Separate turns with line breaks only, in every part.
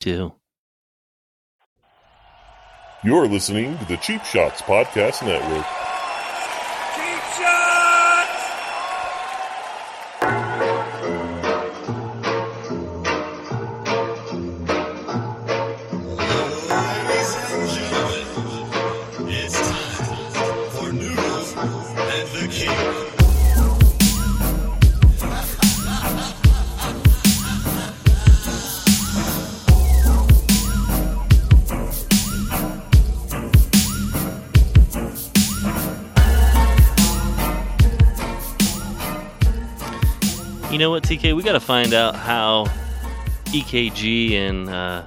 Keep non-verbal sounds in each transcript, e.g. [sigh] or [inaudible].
too.
You're listening to the Cheap Shots Podcast Network.
Cheap shots!
Ladies and gentlemen, it's time for Noodles and the King.
You know what, TK? We got to find out how EKG and uh,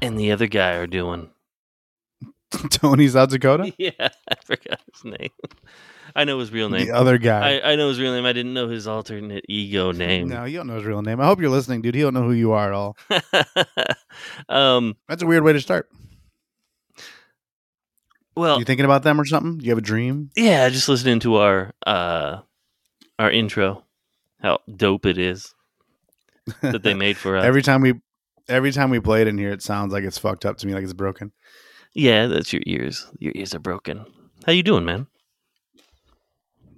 and the other guy are doing. [laughs]
[laughs] Tony South Dakota?
Yeah, I forgot his name. I know his real name.
The other guy.
I, I know his real name. I didn't know his alternate ego name. [laughs]
[laughs] No, you don't know his real name. I hope you're listening, dude. He don't know who you are at all.
um,
That's a weird way to start.
well,
You thinking about them or something? Do you have a dream?
yeah, just listening to our uh, our intro, how dope it is that
[laughs]
they made for us.
every time we every time we play it in here, it sounds like it's fucked up to me, like it's broken.
yeah, that's your ears. Your ears are broken. How you doing, man?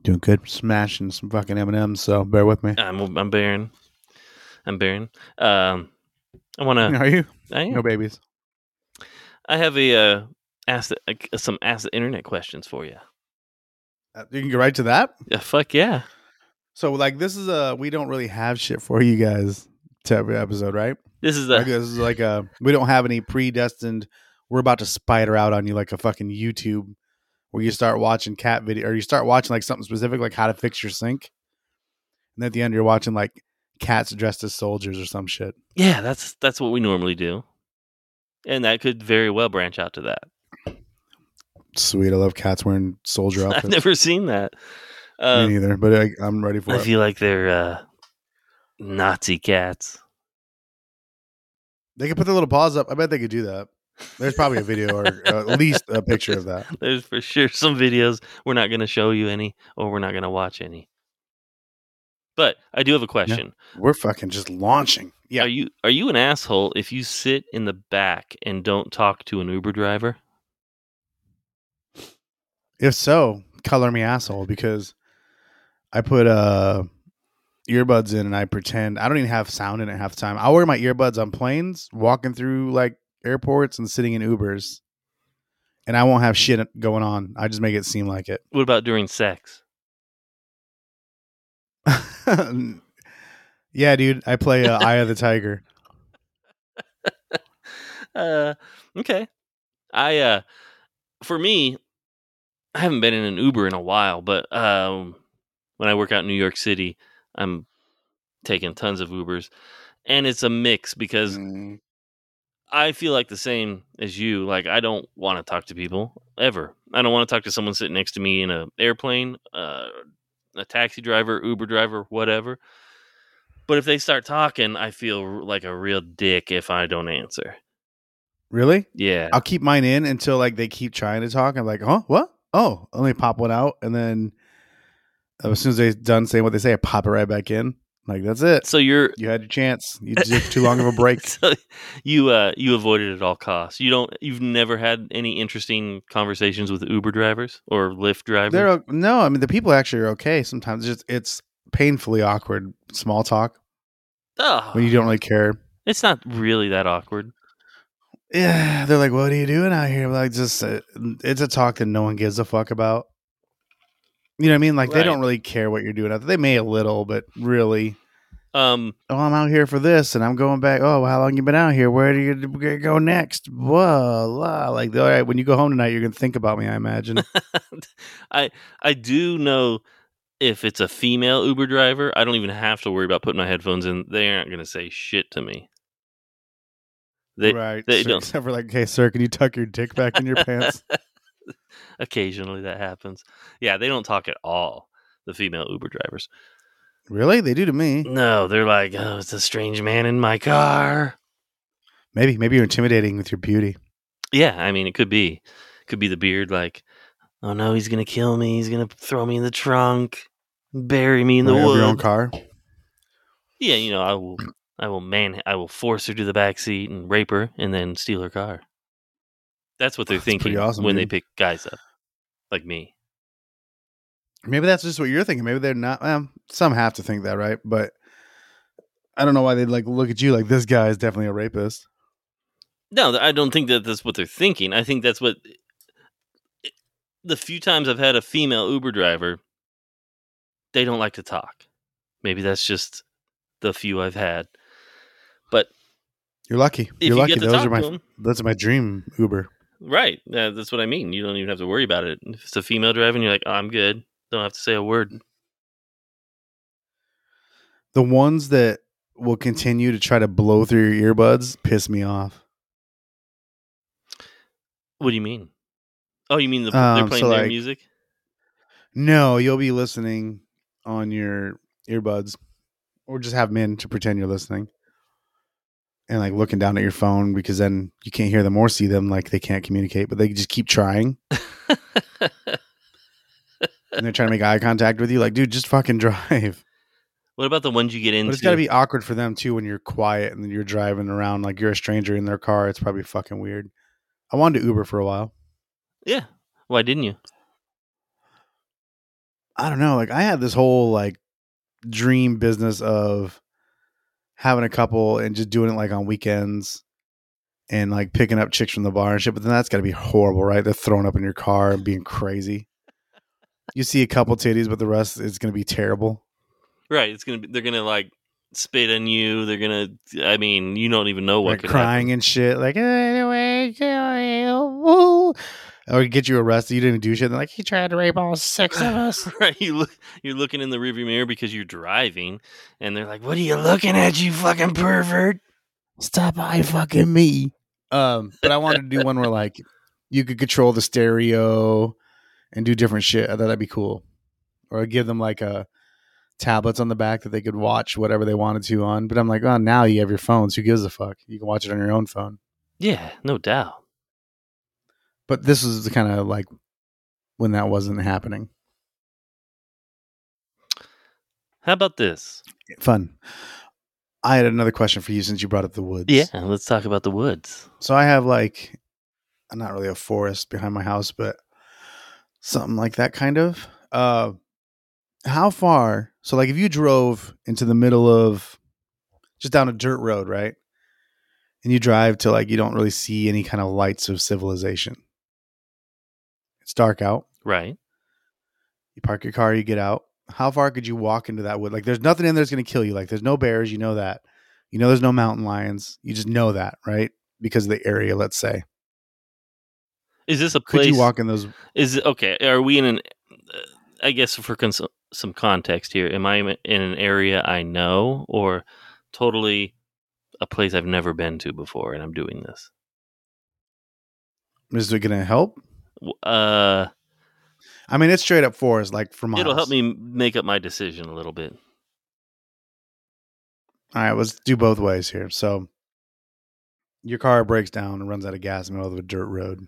Doing good. Smashing some fucking M and M's, so bear with me.
I'm I'm Baron. I'm Baron. Um, I want to.
[laughs] Are you?
I,
No babies.
I have a uh, ask the, uh, some ask the internet questions for you.
Uh, You can go right to that.
Yeah, fuck yeah.
So like this is a we don't really have shit for you guys to every episode, right?
This is
Like,
the
this is like a we don't have any predestined. We're about to spider out on you like a fucking YouTube where you start watching cat video or you start watching like something specific like how to fix your sink, and at the end you're watching like cats dressed as soldiers or some shit.
yeah. That's that's what we normally do, and that could very well branch out to that. [laughs]
Sweet, I love cats wearing [laughs] soldier
I've
outfits.
never seen that.
Me
Um,
neither, but I, I'm ready for
I
it.
feel like they're uh, Nazi cats. [laughs]
they could put their little paws up. I bet they could do that. There's probably a video or uh, at least a picture of [laughs] that.
There's for sure some videos we're not going to show you any, or we're not going to watch any. But I do have a question.
We're fucking just launching. Yeah,
Are you are you an asshole if you sit in the back and don't talk to an Uber driver?
If so, color me asshole because I put uh earbuds in and I pretend I don't even have sound in it half the time. I wear my earbuds on planes, walking through like airports and sitting in Ubers. And I won't have shit going on. I just make it seem like it. [laughs]
What about during sex?
yeah, dude, I play uh, Eye of the Tiger.
Uh, okay. I uh, for me, I haven't been in an Uber in a while, but um, when I work out in New York City, I'm taking tons of Ubers, and it's a mix because I feel like the same as you. Like I don't want to talk to people ever. I don't want to talk to someone sitting next to me in a airplane, uh, a taxi driver, Uber driver, whatever. But if they start talking, I feel r- like a real dick if I don't answer.
Really?
Yeah,
I'll keep mine in until like they keep trying to talk. I'm like, huh, what? Oh, let me pop one out, and then as soon as they're done saying what they say, I pop it right back in. Like that's
[laughs]
it.
so
[laughs]
you're
You had your chance.
[laughs]
You took too long of a break.
so you uh, you avoid it at all costs. You don't. You've never had any interesting conversations with Uber drivers or Lyft drivers.
They're o- no, I mean the people actually are okay. Sometimes it's just it's painfully awkward small talk
oh,
when you don't really care.
it's not really that awkward.
Yeah, they're like, "What are you doing out here?" Like, just uh, it's a talk that no one gives a fuck about. You know what I mean? Like they
Right.
don't really care what you're doing. out there. They may a little, but really,
Um,
oh, I'm out here for this, and I'm going back. Oh, how long you been out here? Where do you g- go next? Blah, blah. Like, all right, when you go home tonight, you're gonna think about me. I imagine.
[laughs] I do know if it's a female Uber driver, I don't even have to worry about putting my headphones in. They aren't going to say shit to me. [laughs] They
right. [laughs]
they
So-
don't.
Except for like, hey, sir, can you tuck your dick back [laughs] in your pants?
occasionally that happens. Yeah, they don't talk at all. The female Uber drivers.
Really? They do to me.
No, they're like, "Oh, it's a strange man in my car."
Maybe, maybe you're intimidating with your beauty.
Yeah, I mean, it could be, could be the beard. Like, oh no, he's gonna kill me. He's gonna throw me in the trunk, bury me in the
Right, of
woods.
your own car.
Yeah, you know, I will I will man. I will force her to the back seat and rape her, and then steal her car. That's what they're
That's pretty
thinking
awesome,
when
dude.
they pick guys up, like me.
Maybe that's just what you're thinking. Maybe they're not. Well, some have to think that, right? But I don't know why they'd like look at you like this guy is definitely a rapist.
No, I don't think that that's what they're thinking. I think that's what eh, the few times I've had a female Uber driver, they don't like to talk. Maybe that's just the few I've had.
You're lucky.
If you
you're lucky.
get to
Those
talk
are my
to 'em-
those are my dream Uber.
Right. Yeah, that's what I mean. You don't even have to worry about it. If it's a female driving, you're like, oh, I'm good. Don't have to say a word.
The ones that will continue to try to blow through your earbuds piss me off.
What do you mean? Oh, you mean the, they're
Um,
playing
so,
their
like-
music?
No, you'll be listening on your earbuds or just have men to pretend you're listening and like looking down at your phone because then you can't hear them or see them. Like they can't communicate, but they just keep trying and they're trying to make eye contact with you. Like, dude, just fucking drive.
what about the ones you get
But
into?
it's got to be awkward for them too when you're quiet and you're driving around like you're a stranger in their car. It's probably fucking weird. I wanted to Uber for a while.
yeah. Why didn't you?
I don't know. Like I had this whole like dream business of having a couple and just doing it like on weekends and like picking up chicks from the bar and shit. But then that's got to be horrible, right? They're thrown up in your car and being crazy. You see a couple titties, but the rest is going to be terrible.
Right. It's gonna be. They're gonna like spit on you. They're gonna. I mean, you don't even know what
Like
could
crying and shit. Like anyway, woo. or get you arrested. You didn't even do shit. They're like he tried to rape all six of us.
happen. [laughs] Right. You look. You're looking in the rearview mirror because you're driving, and they're like, "What are you looking at, you fucking pervert?"
Stop I fucking me. Um, but I wanted to do one where like you could control the stereo and do different shit. I thought that'd be cool. Or give them like a tablets on the back that they could watch whatever they wanted to on. But I'm like, oh now you have your phones. Who gives a fuck? You can watch it on your own phone.
Yeah. No doubt.
But this was the kind of like when that wasn't happening.
How about this?
Fun. I had another question for you since you brought up the woods.
Yeah. Uh, Let's talk about the woods.
So I have like not really a forest behind my house, but something like that kind of. Uh how far? So like if you drove into the middle of just down a dirt road, right? And you drive to like you don't really see any kind of lights of civilization. It's dark out.
Right.
You park your car, you get out. How far could you walk into that wood? Like there's nothing in there that's gonna kill you. Like there's no bears, you know that. You know there's no mountain lions. You just know that, right? Because of the area, let's say.
Is this a
Could
place?
you walk in those?
Is it- okay? Are we in an? Uh, I guess for cons- some context here, am I in an area I know or totally a place I've never been to before, and I'm doing this?
Is it going to help?
W- Uh,
I mean, it's straight up forest, like for miles.
it'll help me m- make up my decision a little bit.
All right, let's do both ways here. So, your car breaks down and runs out of gas in the middle of a dirt road.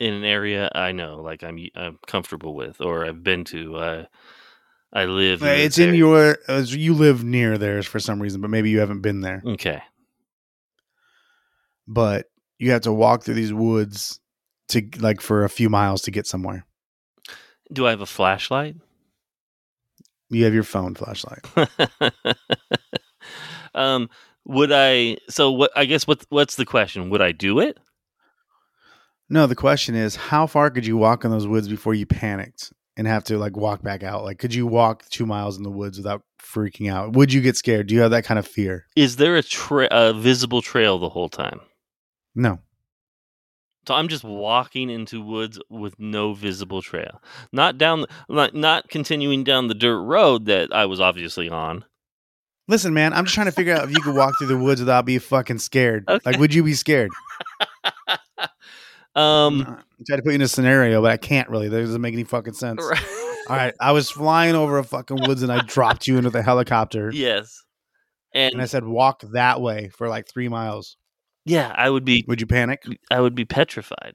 In an area I know, like I'm y- I'm comfortable with, or I've been to. Uh, I live.
Hey,
this
It's in
area.
your. Uh, you live near theirs for some reason, but maybe you haven't been there.
Okay.
But you have to walk through these woods to like for a few miles to get somewhere.
Do I have a flashlight? [laughs]
You have your phone flashlight.
um, would I? So what? I guess what? What's the question? Would I do it?
No, the question is, how far could you walk in those woods before you panicked and have to like walk back out? Like, could you walk two miles in the woods without freaking out? Would you get scared? Do you have that kind of fear?
Is there a, tra- a visible trail the whole time?
No.
So I'm just walking into woods with no visible trail, not down, not, not continuing down the dirt road that I was obviously on.
Listen, man, I'm just trying to figure out if you could walk through the woods without being fucking scared.
Okay.
Like, would you be scared?
Um,
I tried to put you in a scenario, but I can't really. That doesn't make any
[laughs]
fucking sense. All right, I was flying over a fucking woods and I dropped you into the helicopter.
yes,
And I
and
said, walk that way for like three miles.
yeah, I would be
Would you panic?
I would be petrified.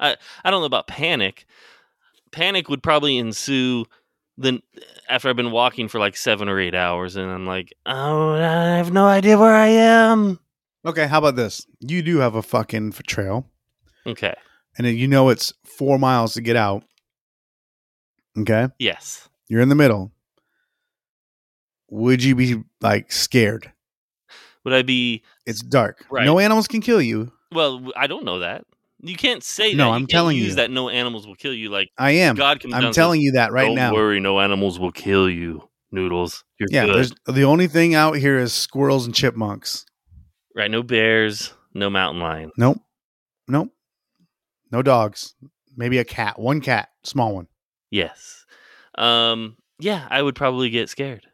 I I don't know about panic. Panic would probably ensue then after I've been walking for like seven or eight hours, and I'm like, oh, I have no idea where I am.
Okay, how about this? You do have a fucking f- trail,
Okay.
and then you know it's four miles to get out. Okay,
Yes.
you're in the middle. Would you be like scared?
Would I be?
It's dark.
Right.
No animals can kill you.
Well, w- I don't know that. You can't say that.
No,
You
I'm
can't
telling
use
you.
that no animals will kill you. Like
I am.
God comes down.
I'm
and
telling you that
says,
right
don't
now.
worry, no animals will kill you. Noodles, you're
Yeah,
good.
there's the only thing out here is squirrels and chipmunks.
Right? No bears, no mountain lion.
Nope. Nope. No dogs. Maybe a cat. One cat, small one.
Yes. Um. Yeah, I would probably get scared.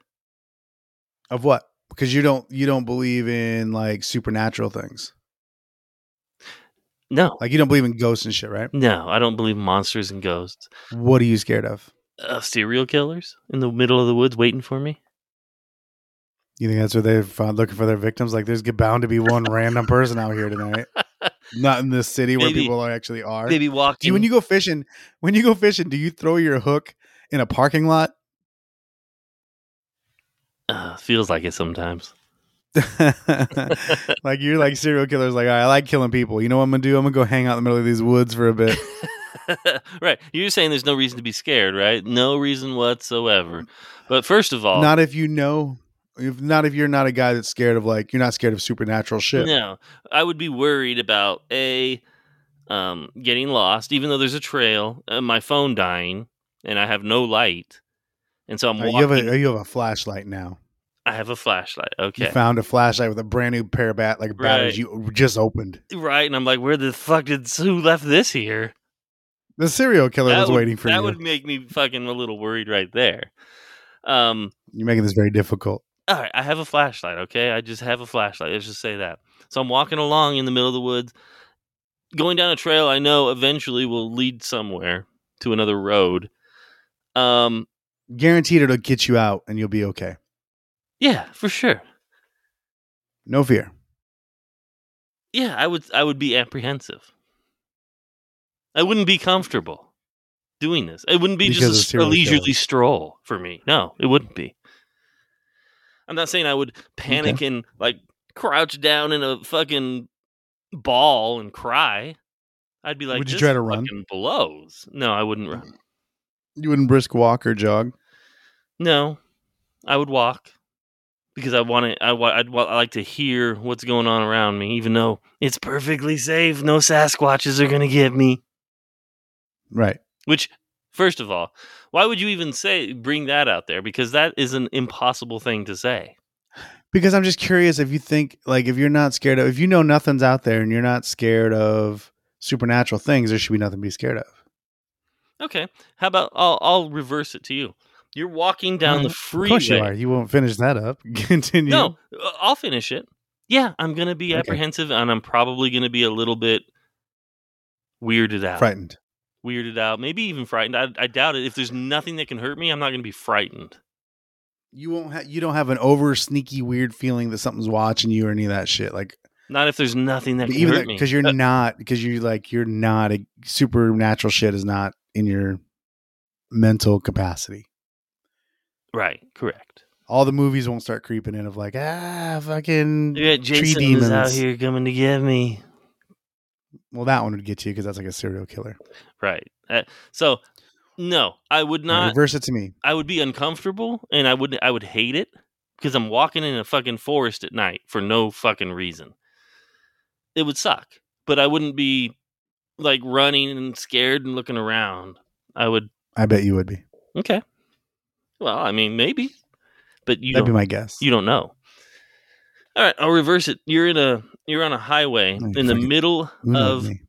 Of what? Because you don't you don't believe in like supernatural things.
No,
Like you don't believe in ghosts and shit, right?
no, I don't believe in monsters and ghosts.
What are you scared of?
Uh, serial killers in the middle of the woods waiting for me.
You think that's what they're found looking for their victims? Like there's bound to be
[laughs]
one random person out here tonight. Not in this city where
Maybe-
people are actually are.
Maybe
Do
walking.
you, when you go fishing, when you go fishing, do you throw your hook in a parking lot? [laughs]
uh, feels like it sometimes.
like you're like serial killers. Like I like killing people. You know what I'm gonna do? I'm gonna go hang out in the middle of these woods for a bit.
[laughs] right. You're saying there's no reason to be scared, right? No reason whatsoever. But first of all,
Mm. Not if you know. If not, if you're not a guy that's scared of like you're not scared of supernatural shit.
no, I would be worried about a um, getting lost, even though there's a trail, uh, my phone dying, and I have no light, and so I'm
Uh,
walking.
you have a you have a flashlight now.
I have a flashlight.
You
Okay,
found a flashlight with a brand new pair of bat like batteries you just opened.
right, and I'm like, where the fuck did who left this here?
The serial killer was
would,
waiting for
that
you.
would make me fucking a little worried right there. Um,
You're making this very difficult.
all right, I have a flashlight, okay? I just have a flashlight. Let's just say that. So I'm walking along in the middle of the woods, going down a trail I know eventually will lead somewhere to another road. Um,
Guaranteed, it'll get you out and you'll be okay.
yeah, for sure.
No fear.
Yeah, I would I would be apprehensive. I wouldn't be comfortable doing this. It wouldn't be
Because of
just a,
serial
leisurely
killers.
stroll for me. No, it wouldn't be. I'm not saying I would panic and like crouch down in a fucking ball and cry. I'd be like,
Would you
"This
try to run?"
fucking Blows. No, I wouldn't run.
You wouldn't brisk walk or jog.
No, I would walk because I want to. I wa- I'd wa- I like to hear what's going on around me, even though it's perfectly safe. No Sasquatches are gonna get me.
Right.
Which, first of all, why would you even say bring that out there? Because that is an impossible thing to say.
Because I'm just curious if you think like if you're not scared of if you know nothing's out there and you're not scared of supernatural things, there should be nothing to be scared of.
Okay, how about I'll I'll reverse it to you. You're walking down the
Of course you
freeway.
are. You won't finish that up. [laughs] Continue.
No, uh, I'll finish it. Yeah, I'm gonna be
Okay.
apprehensive, and I'm probably gonna be a little bit weirded out.
Frightened.
weirded out, maybe even frightened. I, I doubt it. If there's nothing that can hurt me, I'm not going to be frightened.
You won't ha- you don't have an over sneaky weird feeling that something's watching you or any of that shit. Like
Not if there's nothing that can
even
hurt me.
because you're
Uh,
not because you like you're not a supernatural shit is not in your mental capacity.
right, correct.
All the movies won't start creeping in of like ah fucking
Yeah, Jason is out
demons.
here coming to get me.
well that one would get you because that's like a serial killer.
Right. Uh, so, no, I would not.
reverse it to me.
I would be uncomfortable, and I would I would hate it because I'm walking in a fucking forest at night for no fucking reason. It would suck, but I wouldn't be like running and scared and looking around. I would
I bet you would be.
Okay. Well, I mean, maybe, but you
That'd be
don't,
my guess.
you don't know. All right, I'll reverse it. You're in a you're on a highway
Oh, you
in the
fucking-
middle
Who knows
of
me?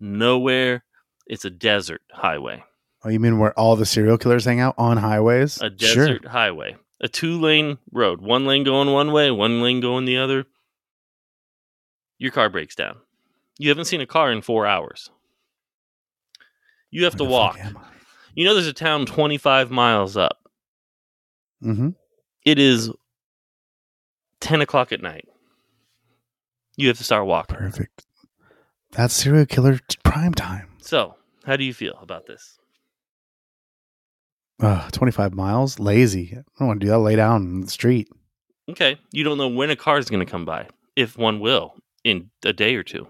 nowhere. It's a desert highway,
Oh, you mean where all the serial killers hang out on highways?
a desert highway, a two lane road, one lane going one way, one lane going the other. Your car breaks down. You haven't seen a car in four hours. You have to walk. You know, there's a town 25 miles up.
Mm-hmm.
it is 10 o'clock at night. You have to start walking.
Perfect. That's serial killer t- prime time.
So, how do you feel about this?
Ugh, 25 miles? Lazy. I don't want to do that. Lay down in the street.
Okay. You don't know when a car is going to come by, if one will, in a day or two.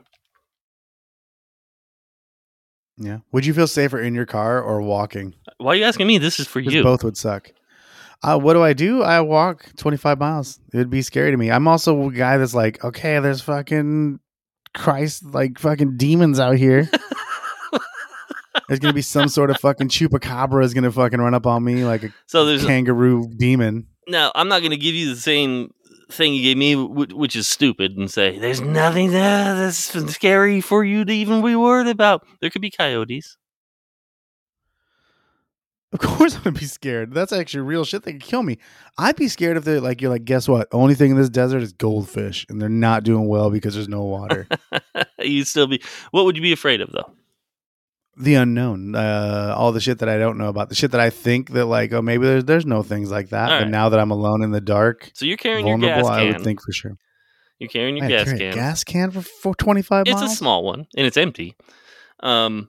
Yeah. Would you feel safer in your car or walking?
Why are you asking me? This is for
'Cause
you.
both would suck. Uh, what do I do? I walk 25 miles. It would be scary to me. I'm also a guy that's like, okay, there's fucking Christ, like fucking demons out
[laughs]
here. there's going to be some sort of fucking chupacabra is going to fucking run up on me like a
so there's
kangaroo demon.
now. I'm not going to give you the same thing you gave me, wh- which is stupid, and say there's nothing there that's scary for you to even be worried about. There could be coyotes. [laughs]
Of course I'm gonna be scared. That's actually real shit that could kill me. I'd be scared if they're like you're like, guess what? Only thing in this desert is goldfish and they're not doing well because there's no water.
You'd still be. What would you be afraid of though?
the unknown. Uh all the shit that I don't know about. The shit that I think that like, oh maybe there's there's no things like that.
All
But
right.
now that I'm alone in the dark,
So you're carrying your gas
vulnerable, I
can.
would think for sure.
You're carrying your
I
gas
carry a
can.
gas can for, for 25
it's
miles.
a small one and it's empty. Um,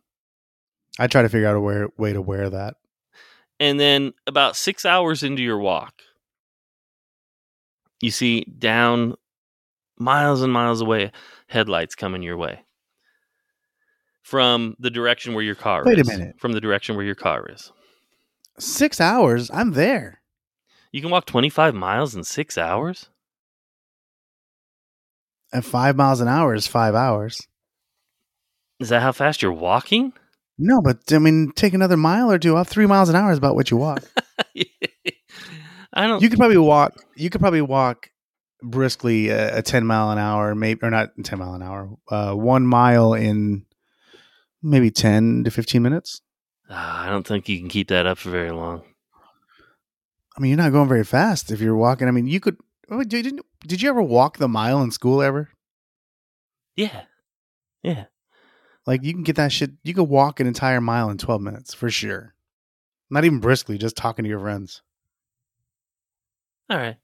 I try to figure out a way, way to wear that.
and then about six hours into your walk, you see down miles and miles away headlights coming your way from the direction where your car
Wait a
is.
minute.
From the direction where your car is.
Six hours, I'm there.
You can walk 25 miles in six hours?
And five miles an hour is five hours.
Is that how fast you're walking?
No, but I mean, take another mile or two off. Three miles an hour is about what you walk.
I [laughs] don't.
you could probably walk you could probably walk briskly uh, a, a 10 mile an hour maybe or not 10 mile an hour uh one mile in maybe 10 to 15 minutes
Ah, I don't think you can keep that up for very long.
i mean you're not going very fast if you're walking i mean you could oh, did, did, did you ever walk the mile in school ever
Yeah.
like you can get that shit you could walk an entire mile in 12 minutes for sure not even briskly just talking to your friends
All right.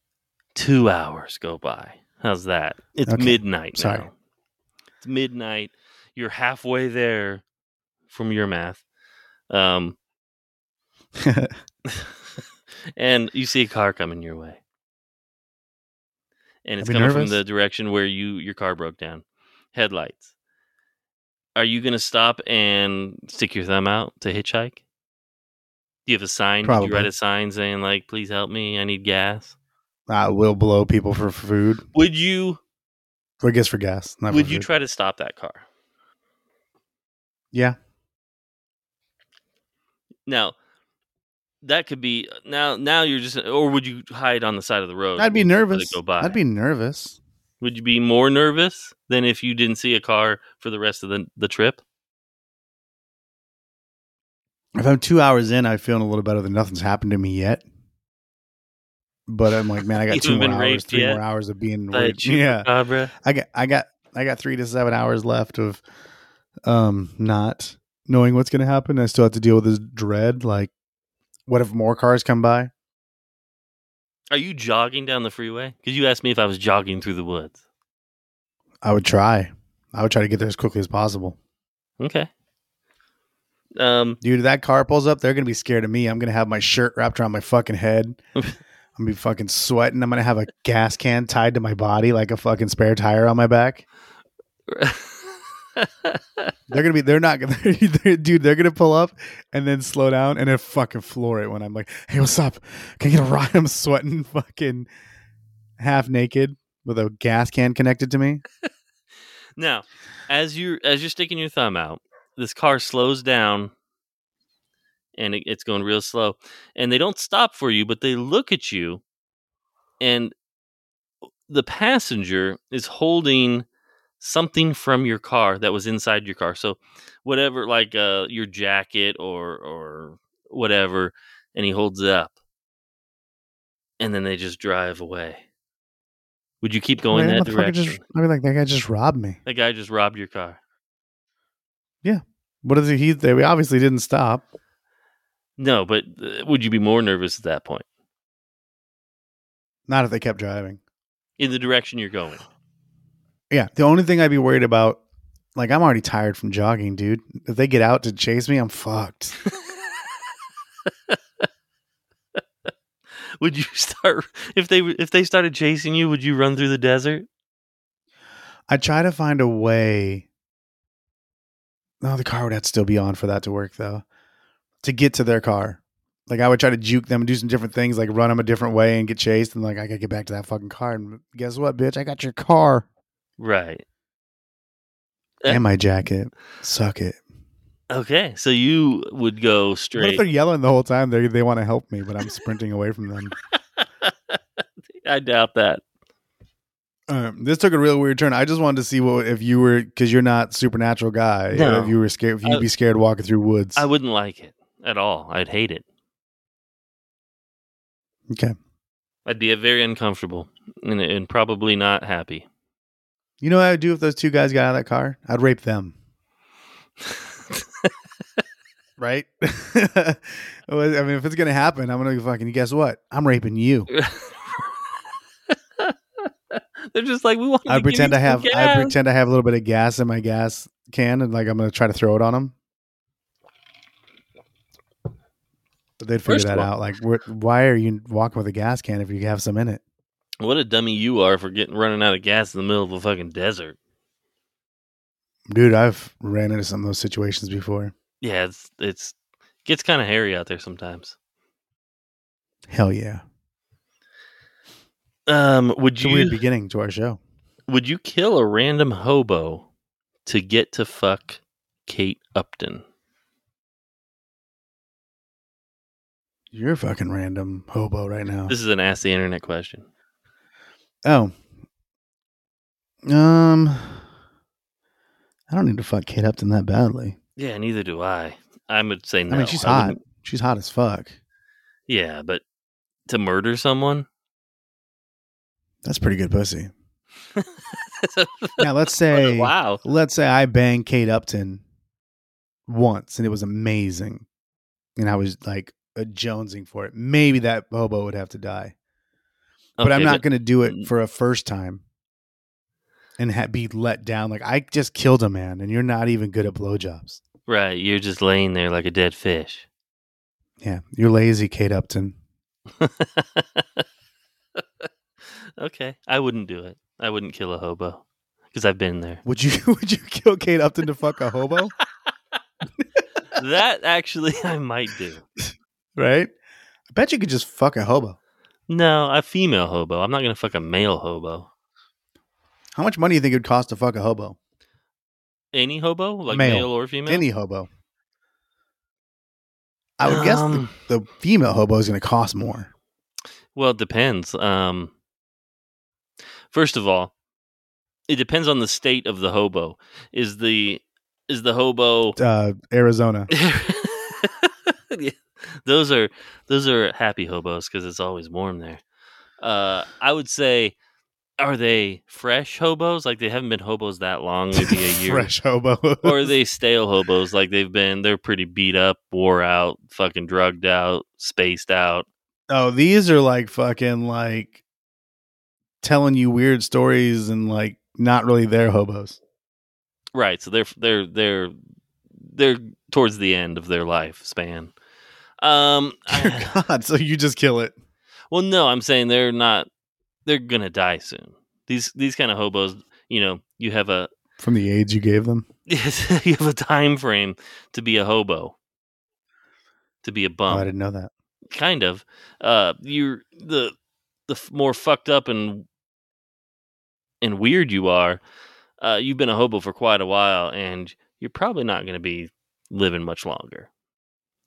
Two hours go by. How's that? It's
Okay.
midnight.
Sorry.
now. It's midnight. You're halfway there from your math.
[laughs]
Um, and you see a car coming your way. And it's
I'd be
coming
nervous.
from the direction where you your car broke down. Headlights. Are you going to stop and stick your thumb out to hitchhike? Do you have a sign? Did
Probably.
you write a sign saying like, "Please help me. I need gas."
i will blow people for food
Would you
i guess for gas not for
would you
food.
try to stop that car?
yeah
Now, that could be now. Now you're just, or would you hide on the side of the road?
i'd be
and let it
nervous
Go by.
i'd be nervous
Would you be more nervous than if you didn't see a car for the rest of the the trip?
if I'm two hours in, I'm feeling a little better than nothing's happened to me yet. But I'm like,
[laughs]
man, I
You
got two
haven't
more
been
hours,
raped
three
yet
more hours of being
By a
raped. Yeah,
chupacabra?
I got, I got, I got three to seven hours left of, um, not knowing what's gonna happen. I still have to deal with this dread. Like, what if more cars come by?
Are you jogging down the freeway? Because you asked me if I was jogging through the woods.
I would try. I would try to get there as quickly as possible.
Okay. Um. [laughs]
Dude, if that car pulls up, they're gonna be scared of me. I'm gonna have my shirt wrapped around my fucking head.
[laughs]
I'm gonna be fucking sweating. I'm gonna have a gas can tied to my body like a fucking spare tire on my back. They're gonna be. They're not gonna. [laughs] they're- dude, they're gonna pull up and then slow down and then fucking floor it when I'm like, "Hey, what's up? Can I get a ride?" I'm sweating, [laughs] fucking half naked with a gas can connected to me.
Now, as you as you're sticking your thumb out, this car slows down, and it, it's going real slow. And they don't stop for you, but they look at you, and the passenger is holding something from your car that was inside your car. So, whatever, like uh, your jacket or or whatever, and he holds it up, and then they just drive away. Would you keep going
Like,
that
that motherfucker
direction?
just- I'd be like, "That guy just robbed me."
That guy just robbed your car.
What is he? He they obviously didn't stop.
No, but uh, would you be more nervous at that point
Not if they kept driving.
in the direction you're
[sighs]
going?
Yeah, the only thing I'd be worried about, like I'm already tired from jogging, dude. If they get out to chase me, I'm fucked.
would you [laughs] start if they if they started chasing you? Would you run through the desert?
I try to find a way. No, the car would have to still be on for that to work though. To get to their car, like I would try to juke them, do some different things, like run them a different way and get chased, and like I could get back to that fucking car. And guess what, bitch? I got your car
Right.
and my jacket. Suck it.
Okay, so you would go
What if they're
straight.
yelling the whole time? They they want to help me, but I'm sprinting away from them.
I doubt that.
Um, this took a real weird turn. I just wanted to see what if you were because you're not supernatural guy.
No.
If you were scared, if you'd
I-
be scared walking through woods.
I wouldn't like it at all. I'd hate it.
okay.
I'd be very uncomfortable and, and probably not happy. [laughs]
You know what I would do if those two guys got out of that car? I'd rape
[laughs]
them. Right. [laughs] I mean, if it's gonna happen, I'm gonna fucking. Guess what? I'm raping you.
They're just like we want.
I
to give you
pretend I
some
have. I
gas."
pretend I have a little bit of gas in my gas can, and like I'm gonna try to throw it on them. But they'd figure
First of
that
all-
out. Like, wh- why are you walking with a gas can if you have some in it?
What a dummy you are for getting running out of gas in the middle of a fucking desert.
Dude, I've ran into some of those situations before.
Yeah, it's it's gets kind of hairy out there sometimes.
Hell yeah.
Um, would
It's a weird
you
beginning to our show.
would you kill a random hobo to get to fuck Kate Upton?
You're a fucking random hobo right now.
This is an ask the internet question.
Oh. Um I don't need to fuck Kate Upton that badly.
Yeah, neither do I. I would say no.
I mean, she's
I
hot.
wouldn't-
She's hot as fuck.
Yeah, but to murder someone,
That's pretty
[laughs]
good pussy. now, let's say
wow.
let's say I banged Kate Upton once and it was amazing. And I was like uh, jonesing for it. Maybe that hobo would have to die. but I'm
Okay,
not going to do
Mm.
it for a first time and ha- be let down. Like I just killed a man, and you're not even good at blowjobs.
right. You're just laying there like a dead fish.
Yeah, you're lazy, Kate Upton.
okay, I wouldn't do it. I wouldn't kill a hobo because I've been there.
Would you [laughs] would you kill Kate Upton to fuck
[laughs]
a hobo?
that actually, [laughs] I might do.
Right? I bet you could just fuck a hobo.
No, a female hobo. I'm not gonna fuck a male hobo.
How much money do you think it would cost to fuck a hobo?
Any hobo, like
Male.
male, or female.
Any hobo? I would guess
Um,
the, the female hobo is going to cost more.
Well, it depends. Um, first of all, it depends on the state of the hobo. Is the is the hobo? [laughs]
Uh, Arizona.
Yeah. Those are those are happy hobos because it's always warm there. Uh, I would say, are they fresh hobos? Like they haven't been hobos that long, maybe
[laughs]
a year.
Fresh hobo.
Or are they stale hobos? Like they've been, they're pretty beat up, wore out, fucking drugged out, spaced out.
Oh, these are like fucking like telling you weird stories and like not really their [laughs] hobos.
Right. So they're they're they're they're towards the end of their lifespan. Um [laughs]
[laughs]
I-
God, so you just kill it.
well no, I'm saying they're not they're gonna die soon. These these kind of hobos, you know, you have a [laughs]
From the age you gave them?
you have a time frame to be a hobo. To be a
oh, I
bum.
didn't know that.
kind of. Uh you're the the f- more fucked up and and weird you are, uh you've been a hobo for quite a while and you're probably not going to be living much longer.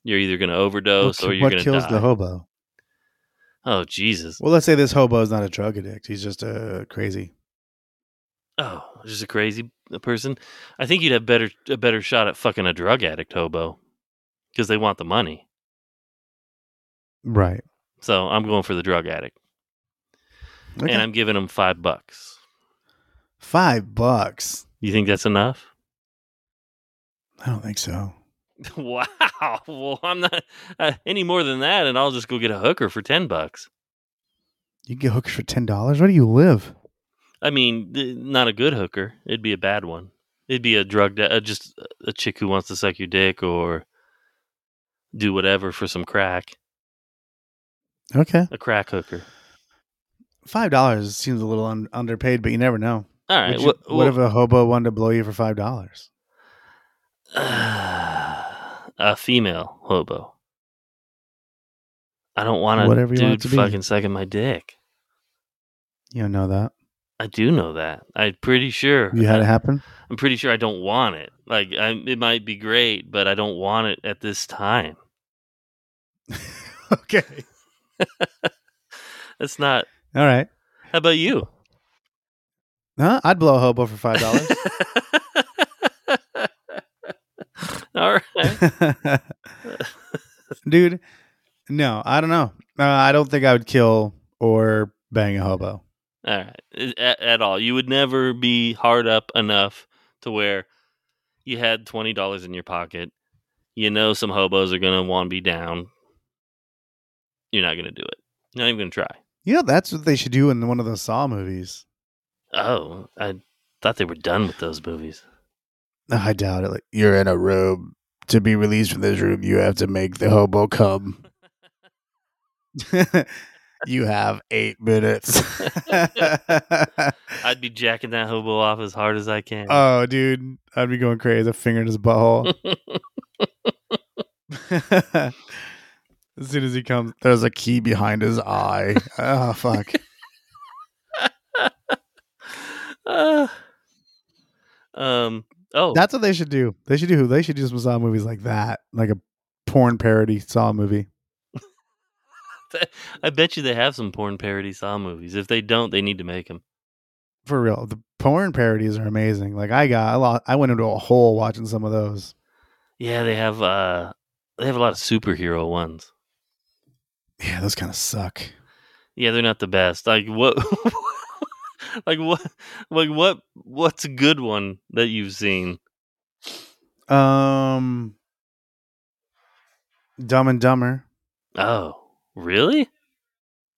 You're either going to overdose
what
or you're
what
going to
kills
die.
the hobo?
oh Jesus.
Well, let's say this hobo is not a drug addict. He's just uh, crazy.
Oh, just a crazy uh, person. I think you'd have better a better shot at fucking a drug addict hobo cuz they want the money.
Right.
So, I'm going for the drug addict
Okay.
and I'm giving him 5 bucks.
Five bucks.
You think that's enough?
I don't think so.
[laughs] Wow. Well, I'm not uh, any more than that, and I'll just go get a hooker for ten bucks.
You can get hookers for ten dollars. Where do you live?
I mean, th- not a good hooker. It'd be a bad one. It'd be a drug, uh, just a chick who wants to suck your dick or do whatever for some crack.
Okay.
a crack hooker.
Five dollars seems a little un- underpaid, but you never know.
All right.
Would you-
what-
what if a hobo wanted to blow you for five dollars?
[sighs] a female hobo. I don't want a
Whatever you want
dude
it to be.
fucking sucking my dick.
You don't know that.
I do know that. I'm pretty sure.
You had it happen.
I'm pretty sure I don't want it. Like I, it might be great, but I don't want it at this time.
[laughs] okay.
That's not.
All right.
How about you?
Huh? I'd blow a hobo for five dollars.
[laughs] All right.
Dude, no, I don't know. Uh, I don't think I would kill or bang a hobo.
All right. At, at all. You would never be hard up enough to where you had $20 in your pocket. You know, some hobos are going to want to be down. You're not going to do it. You're not even going to try.
You know, that's what they should do in one of those Saw movies.
Oh, I thought they were done with those movies.
Oh, I doubt it. Like, you're in a room. To be released from this room, you have to make the hobo [laughs] come. you have eight
[laughs]
[laughs] minutes.
I'd be jacking that hobo off as hard as I can.
oh, dude. I'd be going crazy. A finger in his butthole. [laughs] as soon as he comes, there's a key behind his eye. oh, fuck.
Ah. um. Oh,
That's what they should do. They should do. They should do some Saw movies like that, like a porn parody Saw movie.
I bet you they have some porn parody Saw movies. If they don't, they need to make them.
For real, the porn parodies are amazing. Like I got, I, lost, I went into a hole watching some of those.
Yeah, they have. Uh, they have a lot of superhero ones.
Yeah, those kind of suck.
Yeah, they're not the best. Like what? [laughs] like what? Like what? What's a good one that you've seen?
Um, Dumb and Dumber.
Oh, really?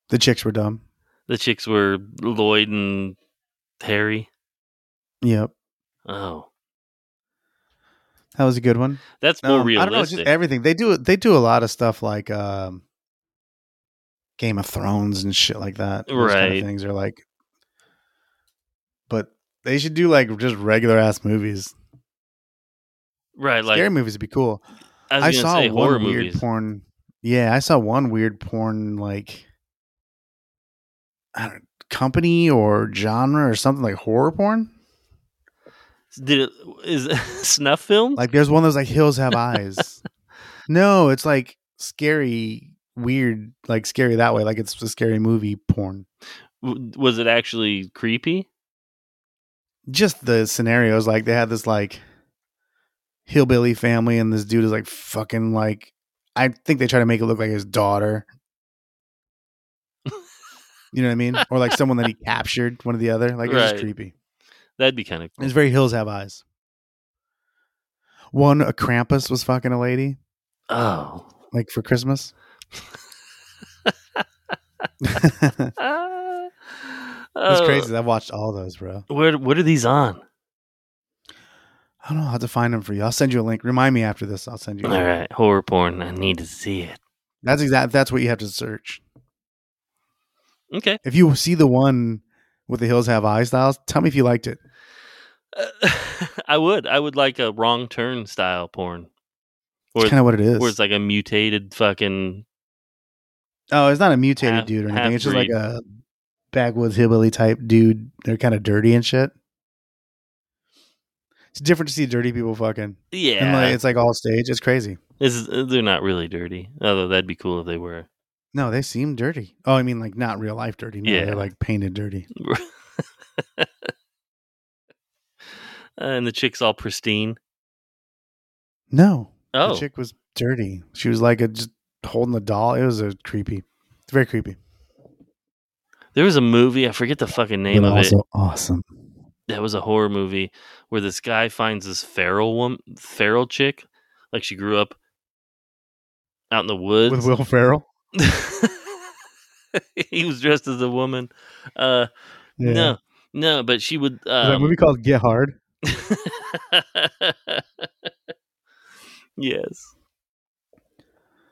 The chicks were dumb.
The chicks were Lloyd and Harry.
Yep,
Oh,
that was a good one.
that's more
Um, I don't know, just
realistic.
everything they do. They do a lot of stuff like um, Game of Thrones and shit like that. Those kind
Right.
of things are like, but they should do like just regular ass movies.
right? Like
Scary movies would be cool.
I was
I,
gonna
saw
say
one
horror
weird
movies.
porn. Yeah, I saw one weird porn like I don't company or genre or something like horror porn.
Did it, is [laughs] snuff film?
Like there's one that's like hills have eyes. no, it's like scary, weird, like scary that way. Like it's a scary movie porn.
W- was it actually creepy?
Just the scenarios, like they had this like hillbilly family, and this dude is like fucking like I think they try to make it look like his daughter. you know what I mean? Or like someone that he captured, one or the other. Like it's
Right.
just creepy.
That'd be kind of cool.
It's very hills have eyes. One, a Krampus was fucking a lady. [laughs]
Oh.
like
[laughs]
for Christmas.
That's Uh, Oh.
That's crazy. I've watched all those, bro.
Where what are these on?
I don't know how to find them for you. I'll send you a link. Remind me after this. I'll send you. A
All
link.
right, horror porn. I need to see it.
That's exact. That's what you have to search.
Okay. [laughs]
If you see the one with the hills have eye styles, tell me if you liked it.
Uh, I would. I would like a wrong turn style porn. Or
It's kind of what it is.
where it's like a mutated fucking
oh, it's not a mutated
half-
dude or anything. It's just like
half-breed.
a backwoods hillbilly type dude. They're kind of dirty and shit. It's different to see dirty people fucking.
yeah.
And like, it's like all stage. It's crazy.
This is- they're not really dirty. Although that'd be cool if they were.
No, they seem dirty. Oh, I mean, like not real life dirty. No,
Yeah.
they're like painted dirty.
Uh, and the chick's all pristine.
No,
Oh,
The chick was dirty. She was like a, just holding a doll. It was a creepy. It's very creepy.
there was a movie. I forget the fucking name
but
of it.
also awesome.
that was a horror movie where this guy finds this feral woman, feral chick, like she grew up out in the woods.
With Will Ferrell.
[laughs] he was dressed as a woman. Uh,
Yeah.
No, no, but she would.
There's a
Um,
movie called Get Hard. [sighs]
yes, that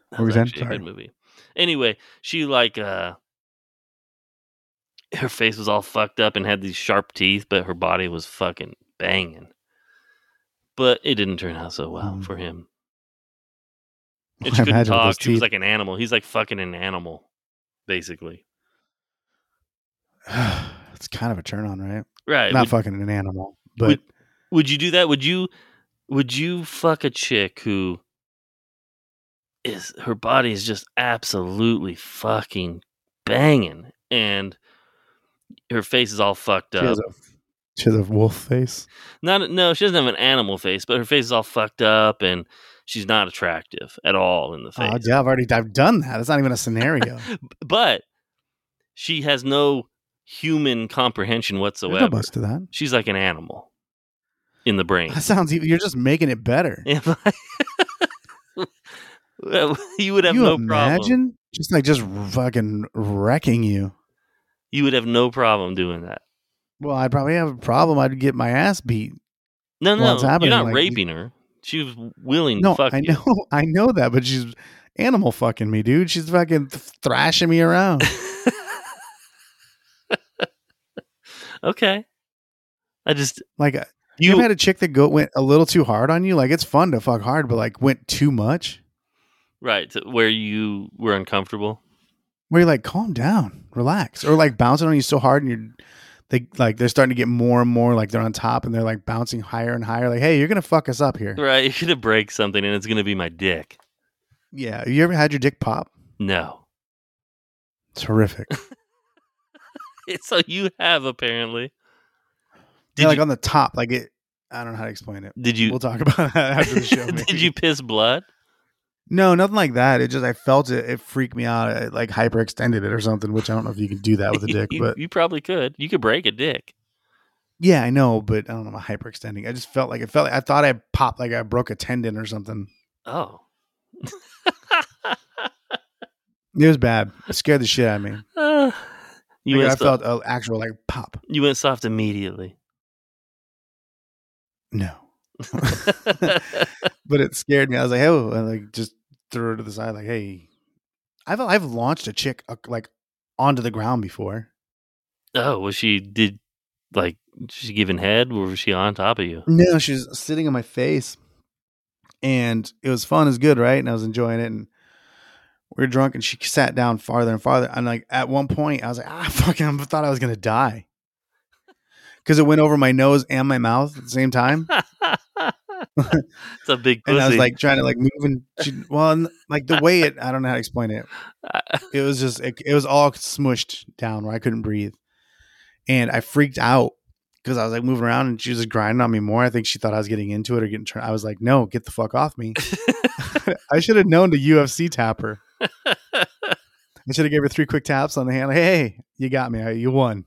What were you
was
[laughs] saying?
actually a
Sorry.
good movie. Anyway, she like uh her face was all fucked up and had these sharp teeth, but her body was fucking banging. But it didn't turn out so well
Mm.
for him.
I [laughs]
And she couldn't
imagine with
talk.
those
She was
teeth.
like an animal. He's like fucking an animal, basically.
it's kind of a turn on, right?
Right.
Not
Would,
fucking an animal, but
would- would you do that? Would you would you fuck a chick who is her body is just absolutely fucking banging and her face is all fucked
she
up.
has a she has a wolf face.
Not no, she doesn't have an animal face, but her face is all fucked up and she's not attractive at all in the face.
Oh, yeah, I've already I've done that. That's not even
[laughs]
a scenario.
But she has no human comprehension
There's no
whatsoever.
bust to that.
She's like an animal in the brain.
That sounds even. You're just making it
[laughs]
better.
If I- [laughs] Well, you would have
you
no
imagine
problem.
just like just fucking wrecking you.
You would have no problem doing that.
Well, I'd probably have a problem. I'd get my ass beat.
No,
Well,
no,
it's
you're
happening,
not
like-
raping her. She was willing
No,
to Mm, fuck
I
you.
know, [laughs] I know that, but she's animal fucking me, dude. She's fucking th- thrashing me around.
[laughs] [laughs] okay, I just
like uh, you,
you.
ever had a chick that go went a little too hard on you. Like it's fun to fuck hard, but like went too much.
Right, to where you were uncomfortable.
Where you're like, calm down, relax, or like bouncing on you so hard, and you're they like they're starting to get more and more like they're on top, and they're like bouncing higher and higher. Like, hey, you're gonna fuck us up here.
Right, [laughs] you're gonna break something, and it's gonna be my dick.
Yeah, you ever had your dick pop?
No, [laughs]
It's horrific.
so you have apparently. Did
Yeah, like
you?
on the top, like it. I don't know how to explain it.
did you?
We'll talk [laughs] about that after the show. maybe.
[laughs] did you piss blood?
No, nothing like that. It just I felt it. It freaked me out. It like hyperextended it or something, which I don't know if you can do that with a
[laughs]
dick.
you,
But
you probably could. You could break a dick.
yeah, I know. But I don't know. My hyperextending. I just felt like it felt. Like, I thought I popped. Like I broke a tendon or something.
Oh.
It was bad. It scared the shit out of me.
Uh, you
Like,
went
I
so-
felt an actual like pop.
you went soft
[laughs]
immediately. [laughs]
No, but it scared me. I was like, oh, and like just threw her to the side. Like, hey, I've I've launched a chick uh, like onto the ground before.
oh, was she did like she giving head or was she on top of
[laughs]
you?
No, she was sitting on my face, and it was fun. It was good, right? And I was enjoying it, and we were drunk, and she sat down farther and farther. And like at one point, I was like, ah, [laughs] fucking, I thought I was gonna die because it went over my nose and my mouth at the same time,
it's a big pussy.
and I was like trying to like move and she, well, and, like the way it, I don't know how to explain it. It was just it, it was all smushed down where I couldn't breathe, and I freaked out because I was like moving around and she was just grinding on me more. I think she thought I was getting into it or getting turned. I was like, no, get the fuck off me. [laughs] I should have known to UFC tap her. I should have gave her three quick taps on the hand. Like, hey, you got me. I- You won.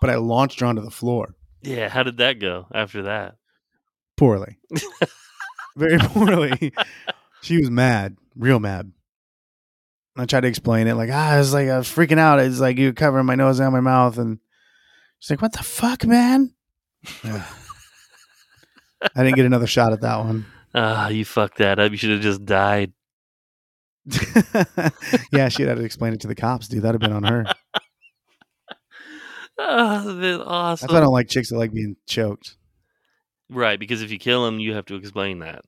But I launched her onto the floor
yeah, how did that go after that?
poorly, very poorly. she was mad, real mad. I tried to explain it, like ah, it's like I was freaking out. It's like you're covering my nose and my mouth, and she's like, "What the fuck, man?" Yeah. I didn't get another shot at that one. [laughs]
Ah, you fucked that up. You should have just died.
yeah, she'd had to explain it to the cops, dude. That'd have been on her.
Oh, that's
That's why I
awesome.
don't like chicks that like being choked.
Right, because if you kill him, you have to explain that.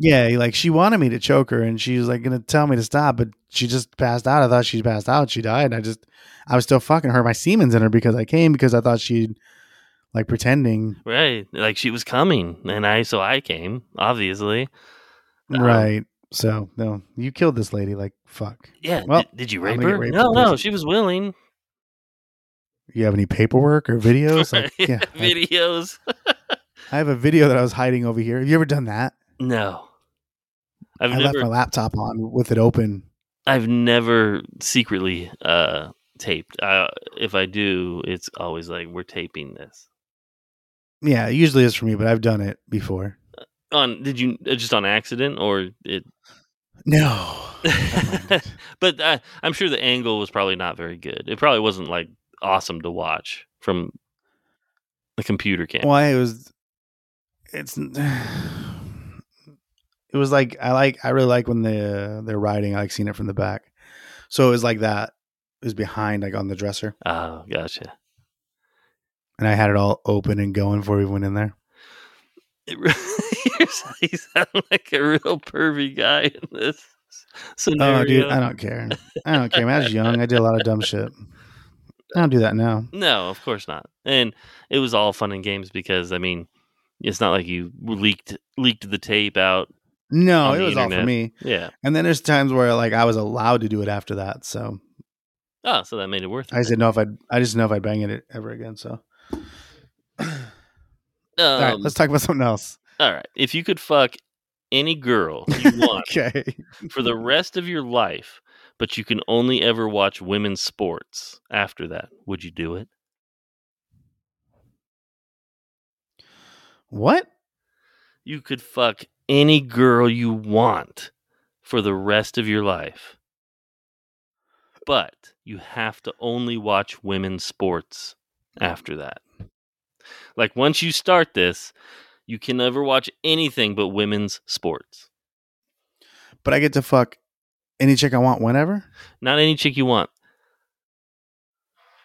Yeah, like she wanted me to choke her, and she was like gonna tell me to stop, but she just passed out. I thought she passed out. She died. I just, I was still fucking her. My semen's in her because I came because I thought she'd like pretending.
Right. Like she was coming and I so I came, obviously. Um,
Right. So no, you killed this lady. Like fuck.
Yeah.
Well,
did, did you
I'm
rape
gonna
her?
get raped
no,
for
no,
this.
she was willing.
You have any paperwork
[laughs]
or videos? Like, yeah. I,
Videos.
I have a video that I was hiding over here. Have you ever done that?
No. I've
I left
never
my laptop on with it open.
I've never secretly uh taped. Uh if I do, it's always like we're taping this.
Yeah, it usually is for me, but I've done it before.
On did you uh, just on accident or it [laughs]
No. Never mind.
But I, I'm sure the angle was probably not very good. It probably wasn't like awesome to watch from the computer camera.
Why it was? It's. [sighs] It was like I like I really like when the they're riding. I like seeing it from the back. So it was like that. It was behind, like on the dresser,
Oh, gotcha.
and I had it all open and going before we went in there.
It really, [laughs] you sound like a real pervy guy in this [laughs] scenario.
Oh, dude, I don't care. I don't care. When I was young. I did a lot of dumb shit. I don't do that now.
No, of course not. And it was all fun and games because I mean, it's not like you leaked leaked the tape out.
No,
On
it
the
was all for
internet.
me.
Yeah.
And then there's times where like I was allowed to do it after that. So
Oh, so that made it worth it.
I just didn't know if I'd. I just didn't know if I'd bang it e-, ever again. So all right,
Um,
let's talk about something else. [laughs]
all right. If you could fuck any girl you want
Okay.
for the rest of your life, but you can only ever watch women's sports after that, would you do it?
What?
You could fuck any girl you want for the rest of your life. But you have to only watch women's sports after that. Like once you start this, you can never watch anything but women's sports.
But I get to fuck any chick I want whenever.
Not any chick you want.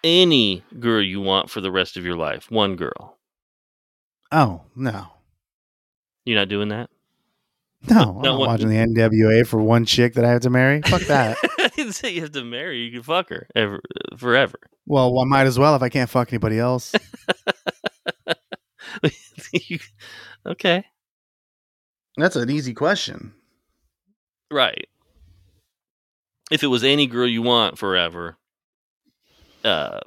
Any girl you want for the rest of your life. One girl.
Oh no,
You're not doing that?
no! I'm
No,
not
what-
watching the NWA for one chick that I have to marry. Fuck [laughs] that.
I didn't say [laughs] you have to marry. You can fuck her ever, forever. [laughs]
well, I might as well if I can't fuck anybody else.
You- okay.
[laughs] That's an easy question.
Right. If it was any girl you want forever, uh,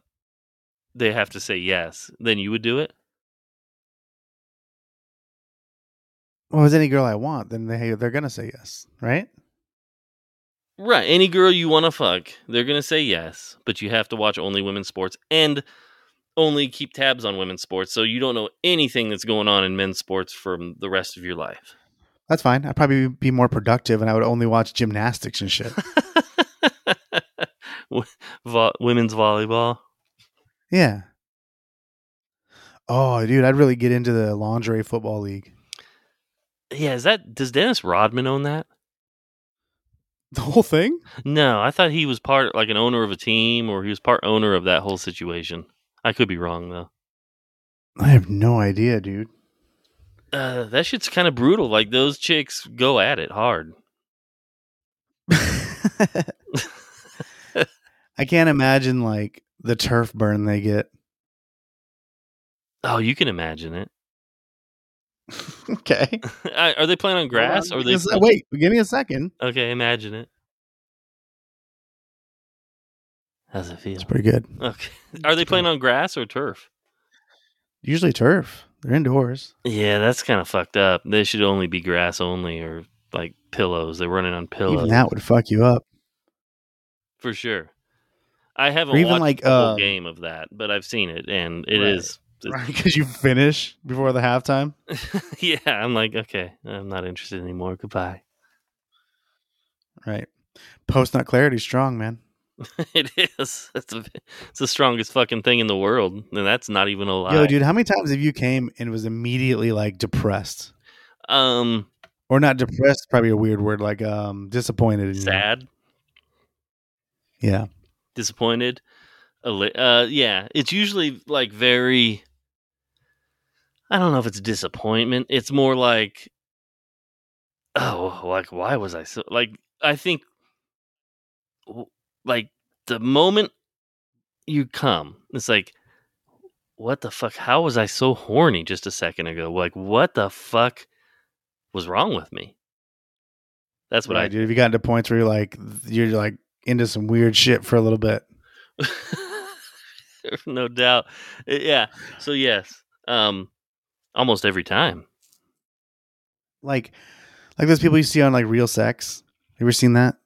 they have to say yes. Then you would do it.
Well, if it's any girl I want, then they they're gonna say yes, right?
Right. Any girl you want to fuck, they're going to say yes, but you have to watch only women's sports and only keep tabs on women's sports. So you don't know anything that's going on in men's sports from the rest of your life.
That's fine. I'd probably be more productive, and I would only watch gymnastics and [laughs] shit.
[laughs] Wo- vo- women's volleyball.
yeah. Oh, dude, I'd really get into the lingerie football league.
Yeah, is that does Dennis Rodman own that?
The whole thing?
No, I thought he was part like an owner of a team or he was part owner of that whole situation. I could be wrong though.
I have no idea, dude.
Uh, that shit's kind of brutal. Like those chicks go at it hard.
[laughs] I can't imagine like the turf burn they get.
Oh, you can imagine it.
[laughs]
[laughs]
okay.
I- are they playing on grass
Hold
or they?
on, give me a sec- wait, give me a second.
Okay, imagine it. How's it feel?
It's pretty good.
Okay, are they playing on grass or turf?
Usually turf. They're indoors.
Yeah, that's kind of fucked up. They should only be grass only or like pillows. They're running on pillows
Even that would fuck you up.
for sure. I haven't
Or even
watched
like,
the whole
uh,
game of that, but I've seen it, and it
Right.
is. [laughs]
Right, because you finish before the halftime.
yeah, I'm like, okay, I'm not interested anymore. Goodbye. [laughs]
Right. Post nut clarity strong, man.
it is. It's, a, it's the strongest fucking thing in the world, and that's not even a lie.
Yo, dude, how many times have you came and was immediately like depressed?
Um,
Or not depressed, probably a weird word, like um disappointed in you.
sad.
Yeah.
disappointed. ali- Uh, yeah, it's usually like very. I don't know if it's disappointment. It's more like, oh, like why was I so like? I think, w- like the moment you come, it's like, what the fuck? How was I so horny just a second ago? Like, what the fuck was wrong with me? That's what
Right,
I
dude. Have you gotten to points where you're like you're like into some weird shit for a little bit?
[laughs] no doubt. Uh, Yeah. So yes, um, almost every time.
Like like those people you see on like real sex. You ever seen that?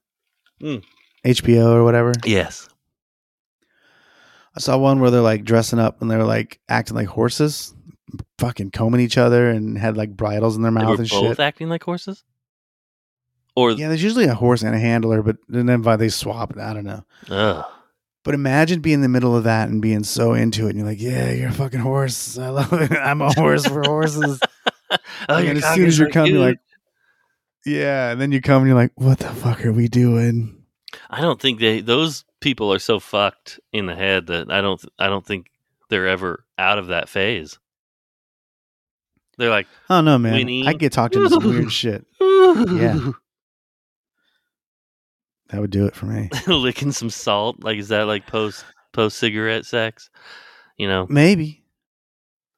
Mm.
HBO or whatever.
Yes.
I saw one where they're like dressing up and they're like acting like horses, fucking combing each other and had like bridles in their
They
mouth
were
and
both
shit.
acting like horses. Or
yeah, there's usually a horse and a handler, but then they swap it. I don't know.
Ugh.
But imagine being in the middle of that and being so into it, and you're like, "Yeah, you're a fucking horse. I love it. [laughs] I'm a horse for horses."
[laughs] Oh,
and
your
then as
cock
soon
is
as you're
like,
coming, you're
dude.
like, yeah. And then you come and you're like, what the fuck are we doing?
I don't think they those people are so fucked in the head that I don't I don't think they're ever out of that phase. They're like,
I don't know, man.
Winnie.
I get talked into some
[laughs]
weird shit.
yeah,
That would do it for me.
[laughs] licking some salt. Like, is that like post post cigarette sex? You know,
Maybe.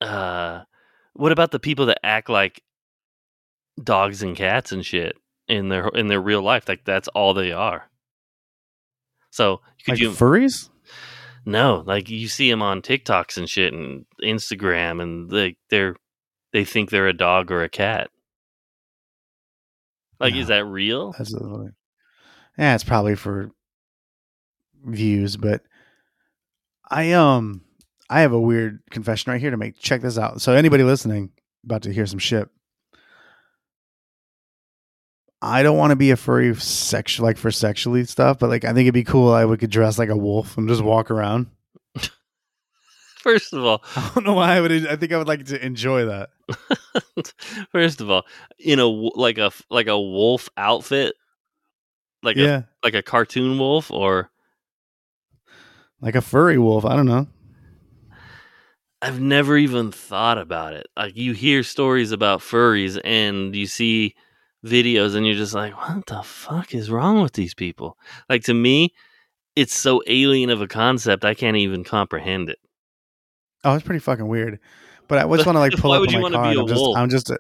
uh, what about the people that act like dogs and cats and shit in their in their real life? Like that's all they are. So could
like
you
furries?
No, like you see them on TikToks and shit and Instagram, and they they're they think they're a dog or a cat. Like, is
No.
that real?
That's the only- yeah, it's probably for views, but I um I have a weird confession right here to make. Check this out. So anybody listening about to hear some shit. I don't want to be a furry sexual like for sexually stuff, but like I think it'd be cool I would could dress like a wolf and just walk around.
[laughs]
[laughs]
First of all, [laughs]
I don't know why I would I think I would like to enjoy that.
first of all, in a w- like a f- like a wolf outfit, like
yeah.
a like a cartoon wolf, or
like a furry wolf, I don't know.
I've never even thought about it. Like you hear stories about furries and you see videos and you're just like, what the fuck is wrong with these people? Like to me, it's so alien of a concept I can't even comprehend
[laughs]
it.
Oh, it's pretty fucking weird. But I just want
[laughs]
to like pull
Why
up
would
in
you
my
wanna
car.
be
and
a
I'm just,
wolf?
I'm just. A,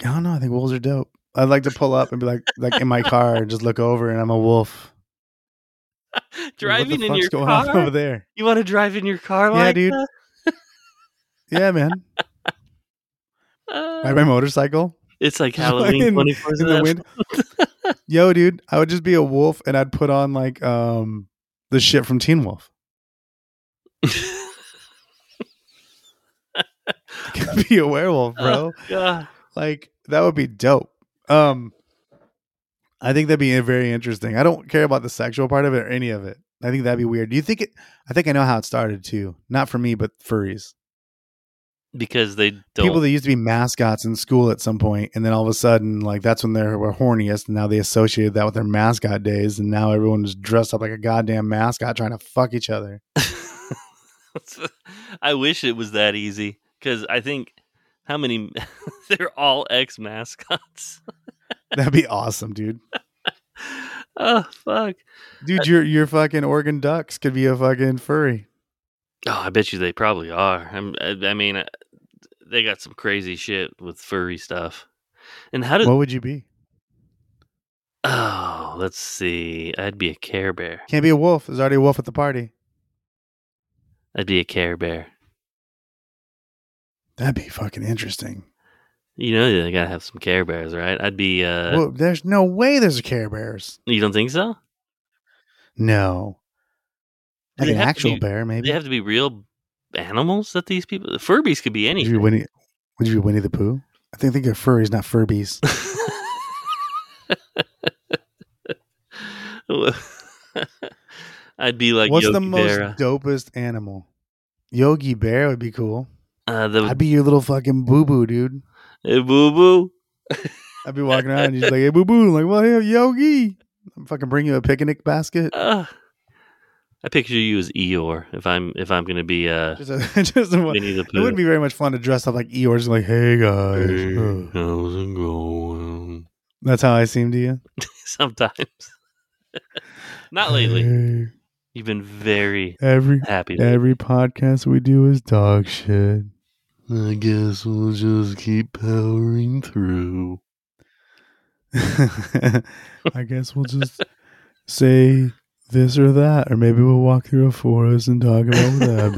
I don't know. I think wolves are dope. I'd like to pull up and be like, like in my car, and just look over, and I'm a wolf.
Driving
what the
in
fuck's
your
going on [laughs] over
car?
there.
You want to drive in your car
Yeah,
like
dude.
that?
Yeah, man.
Uh, [laughs]
Ride my motorcycle
it's
[laughs]
like
Just
Halloween
fucking
24
in the wind.
[laughs]
Yo, dude, I would just be a wolf, and I'd put on like um the shit from
[laughs]
Teen Wolf. [laughs] I could be a werewolf, bro.
God.
Like that would be dope. Um, I think that'd be very interesting. I don't care about the sexual part of it or any of it. I think that'd be weird. Do you think it? I think I know how it started too. Not for me, but furries.
Because they don't.
People that used to be mascots in school at some point, and then all of a sudden, like that's when they were horniest, and now they associated that with their mascot days, and now everyone is dressed up like a goddamn mascot trying to fuck each other.
[laughs] I wish it was that easy because I think how many [laughs] they're all ex mascots.
That'd be awesome, dude.
[laughs] oh fuck!
Dude, your your fucking Oregon Ducks could be a fucking furry.
Oh, I bet you they probably are. I'm, I, I mean, uh, they got some crazy shit with furry stuff. And how did?
What would you be?
oh, let's see. I'd be a Care Bear.
Can't be a wolf. There's already a wolf at the party.
I'd be a Care Bear.
That'd be fucking interesting.
You know they gotta have some Care Bears, right? I'd be. uh
well, there's no way there's a Care Bears.
You don't think so?
No. Like
They
an
have to
actual
be-
bear, maybe.
They have to be real animals that these people. Furbies could be
Would you be
anything.
Winnie, would you be Winnie the Pooh? I think think of furries, not Furbies.
[laughs] I'd be like
What's
Yogi
the most
Berra.
dopest animal? Yogi Bear would be cool.
Uh, the
I'd be your little fucking boo boo, dude.
Hey, boo boo.
I'd be walking around and you're just like, hey, boo boo. Like, well, hey, Yogi. I'm fucking bring you a picnic basket.
Ah. I picture you as Eeyore if I'm if I'm gonna be uh
Just a, [laughs] just a,
Winnie the
it
Pooh.
wouldn't be very much fun to dress up like Eeyore, just like, hey guys.
Hey,
Ugh.
how's it going?
That's how I seem to you.
[laughs] Sometimes. [laughs] Not
[laughs]
lately.
Hey.
You've been very
Every
happy. lately.
every podcast we do is dog shit.
I guess we'll just keep powering through.
[laughs] I guess we'll just say this or that, or maybe we'll walk through a forest and talk about what that'd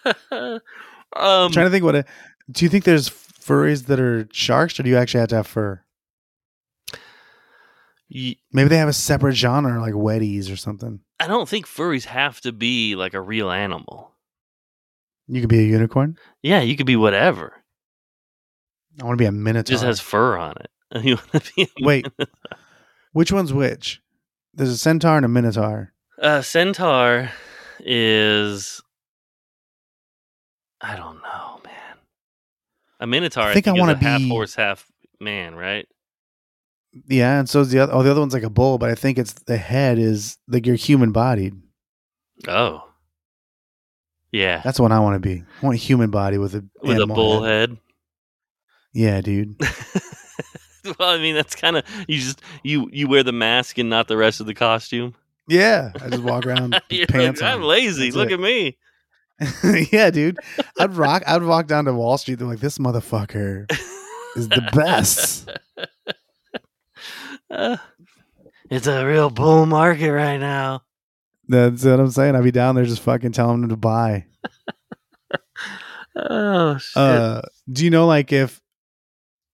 [laughs]
be like.
um, [laughs]
I'm trying to think what. A, do you think there's furries that are sharks, or do you actually have to have fur?
y-
Maybe they have a separate genre, like weddies or something.
I don't think furries have to be like a real animal.
You could be a unicorn.
Yeah, you could be whatever.
I want to be a
It
minotaur.
just has fur on it. [laughs] You want to be [laughs]
Wait, which one's which? There's a centaur and a minotaur.
Uh, centaur is. I don't know, man. A minotaur.
I think I
is
wanna
a half
be-
horse, half man, right?
Yeah, and so is the other. Oh, the other one's like a bull, but I think it's the head is like you're human bodied.
Oh, yeah,
That's what I want to be. I want a human body with a
with a
animal
bull
head.
head.
Yeah, dude.
[laughs] well, I mean, that's kind of you just you you wear the mask and not the rest of the costume. [laughs]
Yeah, I just walk around with
You're
pants
like, I'm
on.
lazy.
That's
Look
it.
at me.
[laughs] yeah, dude. I'd rock. I'd walk down to Wall Street. They're like, this motherfucker is the best.
[laughs] Uh, it's a real bull market right now.
That's what I'm saying. I'd be down there just fucking telling them to buy.
Oh shit!
Uh, do you know like if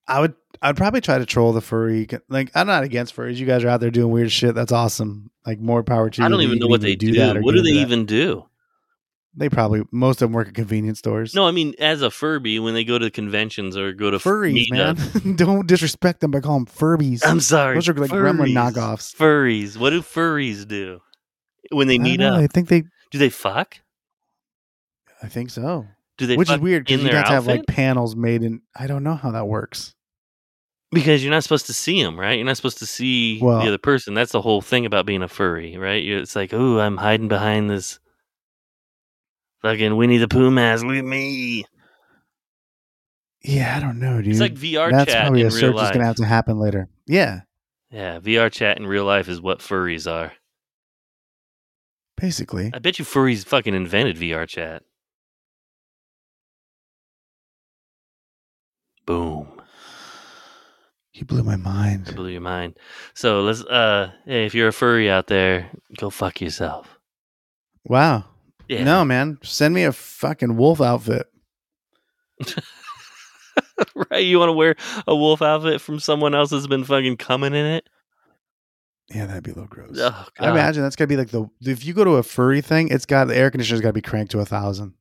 I would I'd probably try to troll the furry co- like I'm not against furries. You guys are out there doing weird shit. That's awesome. Like more power to you.
I don't
that
even
you
know
can
what they do.
that or
What do
get
they
into that.
even do?
They probably most of them work at convenience stores.
No, I mean, as a Furby, when they go to conventions or go to f-
furries,
meetup-
man. [laughs] don't disrespect them by calling them furbies.
I'm sorry.
Those are like gremlin
Furries.
knockoffs.
Furries. What do furries do when they
I don't
meet
know.
up?
I think they.
Do they fuck?
I think so.
Do they?
Which is
fuck
weird
in
because you
their
have to have
outfit?
like panels made in. I don't know how that works.
because you're not supposed to see them, right? You're not supposed to see
Well-
the other person. That's the whole thing about being a furry, right? You're, it's like, oh, I'm hiding behind this fucking Winnie the Pooh mask. Look at me.
Yeah, I don't know, dude.
It's like VR
That's
chat in
probably a
real
search that's
life.
gonna have to happen later. Yeah,
Yeah, VR chat in real life is what furries are.
basically.
I bet you furries fucking invented VR chat. Boom.
You blew my
That
mind.
blew your mind. So let's uh hey, if you're a furry out there, go fuck yourself.
Wow.
Yeah.
No, man. Send me a fucking wolf outfit.
[laughs] right? You want to wear a wolf outfit from someone else that's been fucking coming in it?
Yeah, that'd be a little gross.
Oh,
I
God.
imagine that's gotta be like the if you go to a furry thing, it's got the air conditioner's gotta be cranked to a thousand.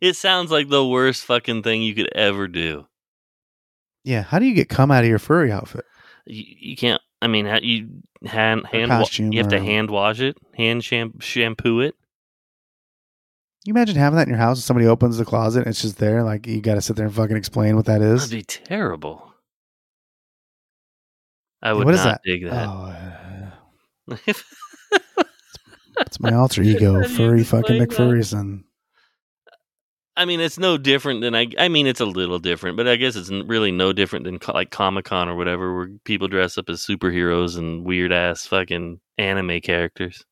it sounds like the worst fucking thing you could ever do.
Yeah, how do you get cum out of your furry outfit?
You, you can't. I mean, ha- you hand hand wa-
costume
you have to
or-
hand wash it, hand sham- shampoo it.
You imagine having that in your house and somebody opens the closet and it's just there, like you gotta sit there and fucking explain what that
That'd
is.
be terrible. I
Hey,
would
what
not
is that?
dig
Oh,
that.
uh, it's
[laughs]
my alter ego,
How do you
furry fucking
explain that?
McFurryson.
[laughs] I mean, it's no different than I. I mean, it's a little different, but I guess it's n- really no different than co- like Comic Con or whatever, where people dress up as superheroes and weird ass fucking anime characters.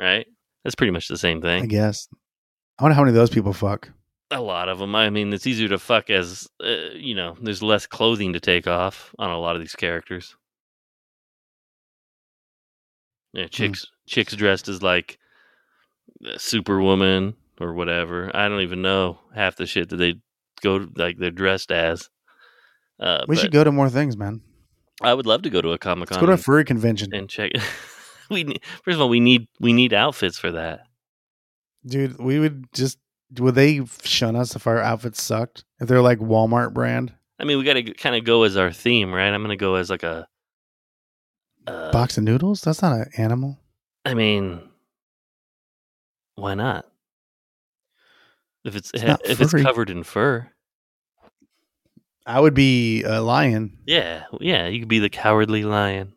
Right? That's pretty much the same
I
thing.
guess. I wonder how many of those people fuck.
A lot of them. I mean, it's easier to fuck as uh, you know. There's less clothing to take off on a lot of these characters. Yeah, chicks. Chicks dressed as like uh, Superwoman or whatever. I don't even know half the shit that they go like they're dressed as. Uh,
We
but
should go to more things, man.
I would love to go to a comic
Let's go to
con
a
and,
furry convention.
and check. [laughs] we need, first of all, we need we need outfits for that.
Dude, we would just would they shun us if our outfits sucked? If they're like Walmart brand
I mean, we got to kind of go as our theme, right? I'm gonna go as like a. Uh,
box of noodles? That's not an animal.
I mean, why not? If it's, eh,
not
if it's
furry.
covered in fur,
I would be a lion.
yeah, yeah, you could be the cowardly lion.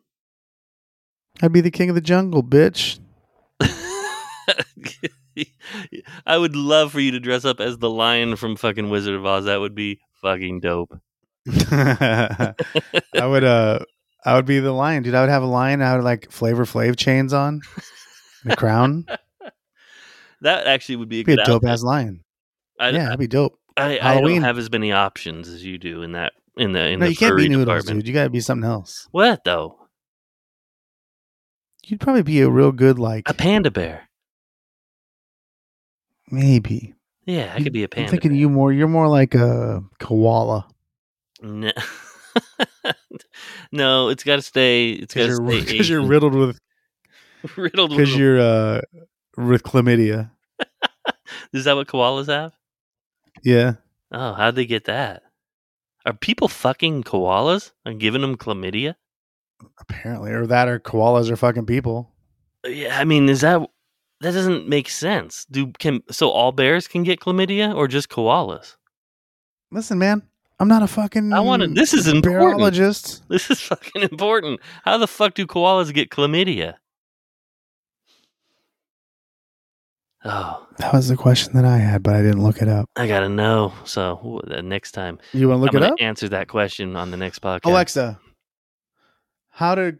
[laughs]
I'd be the king of the jungle, bitch. [laughs]
I would love for you to dress up as the lion from fucking Wizard of Oz. That would be fucking dope.
I would uh I would be the lion, dude. I would have a lion, I would like flavor flave chains on and
[laughs]
a crown.
That actually would be a
Be a
good
dope
outfit.
ass lion.
I,
yeah, that'd be dope.
I, I, don't
Halloween.
have as many options as you do in that in the in
No,
the
you can't
furry
be noodles,
department.
dude. You gotta be something else.
What though?
You'd probably be a real good like
A panda bear.
maybe.
Yeah, I
You-
could be a panda.
I'm thinking
bear.
you more you're more like a koala.
No, [laughs] no it's got to stay. It's got to
because
stay.
you're, [laughs] 'cause you're
Asian.
riddled with
[laughs] riddled with.
because you're uh with chlamydia.
Is that what koalas have?
Yeah,
Oh, how'd they get that? Are people fucking koalas and giving them chlamydia?
apparently, or that, or koalas are fucking people.
Yeah, I mean, is that that doesn't make sense. Do can so all bears can get chlamydia or just koalas?
Listen, man, I'm not a fucking.
I want to. This is important.
Biologist.
[laughs] This is fucking important. How the fuck do koalas get chlamydia? Oh,
That was the question that I had, but I didn't look it up.
I gotta know. So ooh, the next time
You want to look
I'm
it
gonna
up,
answer that question on the next podcast.
Alexa? How do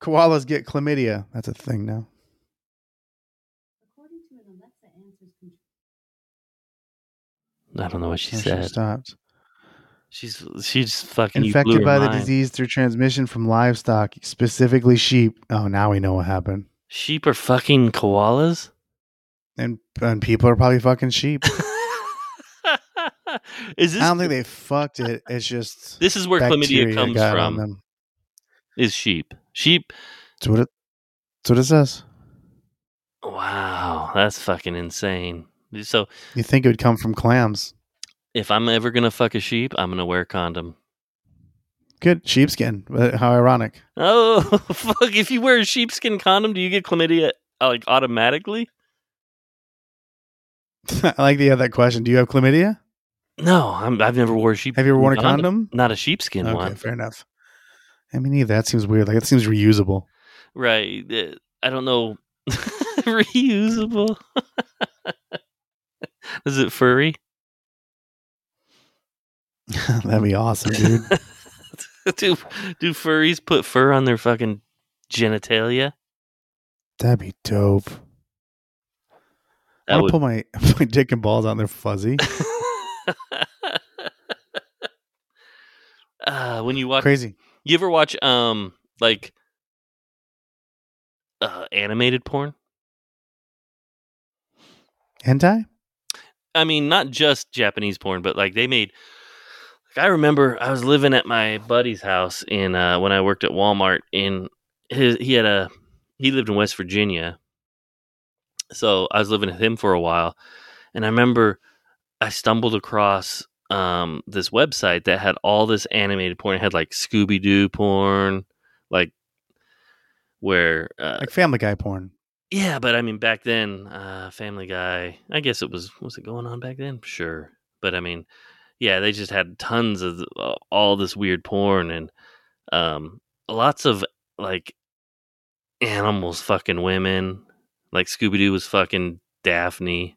koalas get chlamydia? That's a thing now.
According to an Alexa Answers control.
I don't know what she
I should've
said.
stopped.
She's she's fucking you blew
Infected
her
by the
mind.
disease through transmission from livestock, specifically sheep. Oh, now we know what happened.
Sheep are fucking koalas. [laughs]
And and people are probably fucking sheep.
is
I
this
don't think they fucked it. It's just
[laughs] this is where
bacteria
chlamydia comes
got on
from?
them.
Is sheep? Sheep.
That's what it. That's what it says.
Wow, that's fucking insane. So
You think it would come from clams?
if I'm ever gonna fuck a sheep, I'm gonna wear a condom. [laughs]
Good sheepskin. But How ironic. [laughs]
Oh fuck! If you wear a sheepskin condom, do you get chlamydia uh, like automatically?
I like that you have that question. Do you have chlamydia?
No, I'm, I've never wore a sheep.
Have you ever worn a condom?
Not a sheepskin
Okay,
one.
fair enough. I mean, either that seems weird. Like it seems
[laughs]
reusable.
Right. uh, I don't know. [laughs] Reusable. [laughs] Is it furry?
That'd be awesome, dude.
[laughs] do do furries put fur on their fucking genitalia?
That'd be dope.
That
I'm
would.
gonna pull my [laughs] my dick and balls out. And they're fuzzy.
[laughs] uh, when you watch,
Crazy.
you ever watch um like uh animated porn?
Hentai.
Uh, I mean, not just Japanese porn, but like they made. Like I remember I was living at my buddy's house in uh, when I worked at Walmart. In his, he had a he lived in West Virginia, so I was living with him for a while, and I remember I stumbled across um, this website that had all this animated porn. It had like Scooby Doo porn, like where uh,
Like Family Guy porn.
yeah, but I mean, back then, uh, Family Guy. I guess it was was it going on back then? Sure, but I mean, yeah, they just had tons of uh, all this weird porn and um, lots of like animals fucking women. Like Scooby Doo was fucking Daphne.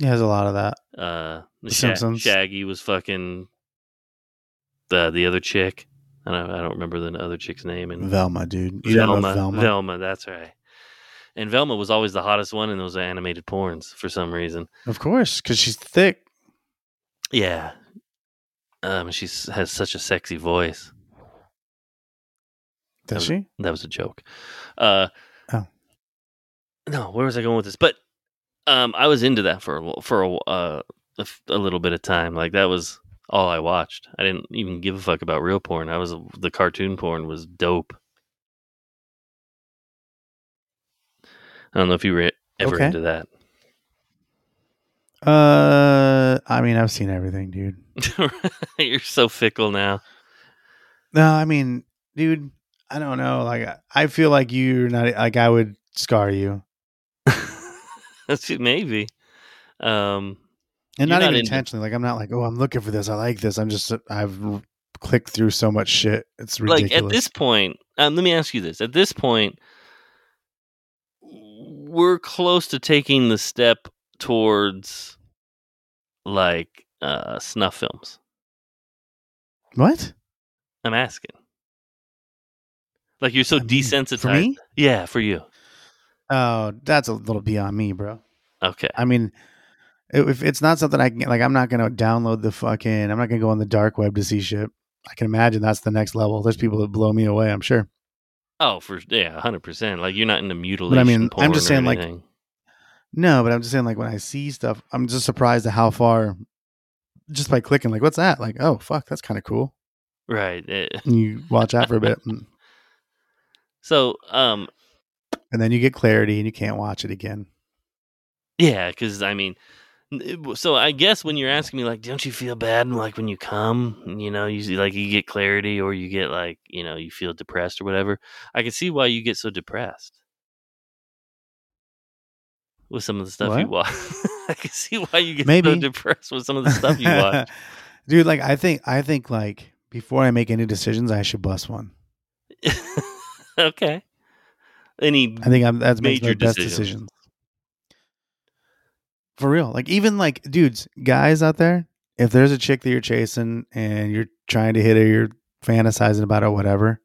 He has a lot of that.
Uh,
The
Sha-
Simpsons.
Shaggy was fucking uh, the the other chick. I don't I don't remember the other chick's name. And
Velma, dude. You don't
Velma,
know Velma.
Velma, that's right. And Velma was always the hottest one in those animated porns for some reason.
Of course, because she's thick.
Yeah. Um, she s- has such a sexy voice.
Does she?
That was a joke. Uh,
Oh.
No, where was I going with this? But um, I was into that for a, lo- for a, uh, a f- a little bit of time. Like that was all I watched. I didn't even give a fuck about real porn. I was the cartoon porn was dope. I don't know if you were ever
Okay.
into that.
Uh, I mean, I've seen everything, dude.
[laughs] You're so fickle now. [laughs]
No, I mean, dude. I don't know. Like, I- I feel like you're not. Like, I would scar you,
That's it, maybe. Um, You're
and not,
not
even
into-
intentionally. Like, I'm not like, oh, I'm looking for this. I like this. I'm just. I've r- clicked through so much shit. It's ridiculous.
like at this point, um, let me ask you this: at this point, we're close to taking the step towards like uh, snuff films.
what?
I'm asking. Like you're so
I mean, for
desensitized.
For me?
Yeah, for you.
Oh, that's a little beyond me, bro.
Okay.
I mean, i- if it's not something I can like, I'm not gonna download the fucking. I'm not gonna go on the dark web to see shit. I can imagine that's the next level. There's people that blow me away. I'm sure.
Oh, for yeah, hundred percent. Like you're not into mutilation.
mean,
porn
I'm just
or
saying, like,
anything.
No, but I'm just saying, like, when I see stuff, I'm just surprised at how far, just by clicking, like, what's that? Like, oh, fuck, that's kind of cool.
right. eh.
And you watch out for a bit, and
So, um,
and then you get clarity and you can't watch it again.
Yeah, because I mean, n- it w- so I guess when you're asking me, like, don't you feel bad, like when you come, you know, you see, like you get clarity or you get like, you know, you feel depressed or whatever. I can see why you get so depressed. with some of the stuff you watch. [laughs] I can see why you get so
Maybe.
depressed with some of the stuff you
[laughs]
watch. [laughs]
Dude, like I think I think like before I make any decisions, I should bust one.
okay. Any
I think I'm that's makes
Mm-hmm.
my
Major
best
decisions.
decisions. For real. Like even like dudes, guys out there, if there's a chick that you're chasing and you're trying to hit her, you're fantasizing about her, whatever.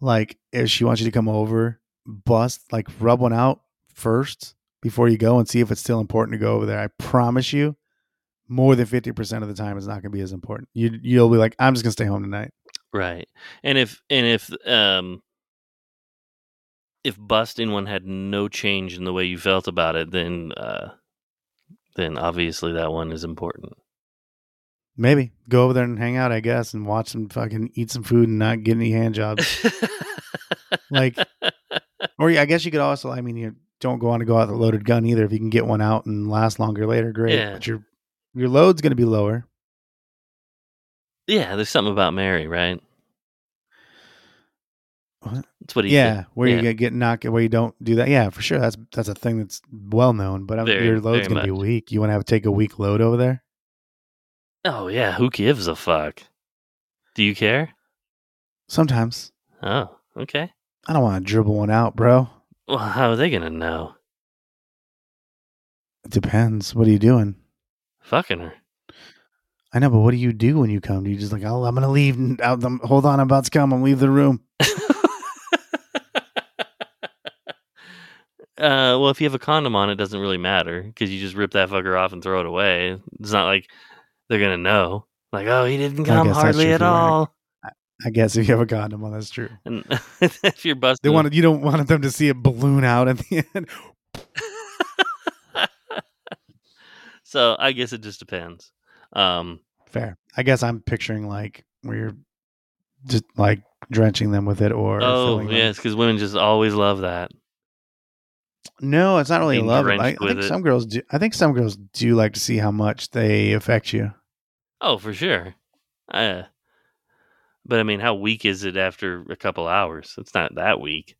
Like if she wants you to come over, bust, like rub one out first before you go and see if it's still important to go over there. I promise you, more than fifty percent of the time it's not gonna be as important. You you'll be like, I'm just gonna stay home tonight.
right. And if and if um if bust in one had no change in the way you felt about it, then uh then obviously that one is important.
Maybe go over there and hang out, I guess, and watch them fucking eat some food and not get any hand jobs. like,
[laughs]
or yeah, I guess you could also, I mean, you don't go on to go out with a loaded gun either. If you can get one out and last longer later, great.
Yeah.
But your your load's going to be lower.
yeah, there's something about Mary, right?
What?
That's what he
yeah,
said.
where
Yeah.
you get get knocked, where you don't do that. Yeah, for sure. That's that's a thing that's well known. But I'm,
Very,
your load's
very
going to be
much.
weak. You want to have take a weak load over there?
Oh yeah, who gives a fuck? Do you care?
Sometimes
Oh, okay.
I don't want to dribble one out, bro.
Well, how are they gonna know?
It depends. What are you doing?
Fucking her.
I know, but what do you do when you come? Do you just like, oh, I'm gonna leave. and- Out, I'm, hold on, I'm about to come. I'm leave the room.
Uh, well, if you have a condom on, it doesn't really matter because you just rip that fucker off and throw it away. It's not like they're gonna know. Like, oh, he didn't
I
come
guess that's
hardly
true,
at
you're right.
all.
I guess if you have a condom on, that's true.
And [laughs] if you're busting,
They wanted you don't want them to see it balloon out at [laughs] the end.
so I guess it just depends. Um,
Fair. I guess I'm picturing like where you're just like drenching them with it or
oh
filling them.
yes, because women just always love that.
No, it's not really
Being
love. I, I
drenched with
think
it.
some girls do. I think some girls do like to see how much they affect you.
Oh, for sure. Uh, but I mean, how weak is it after a couple hours? It's not that weak.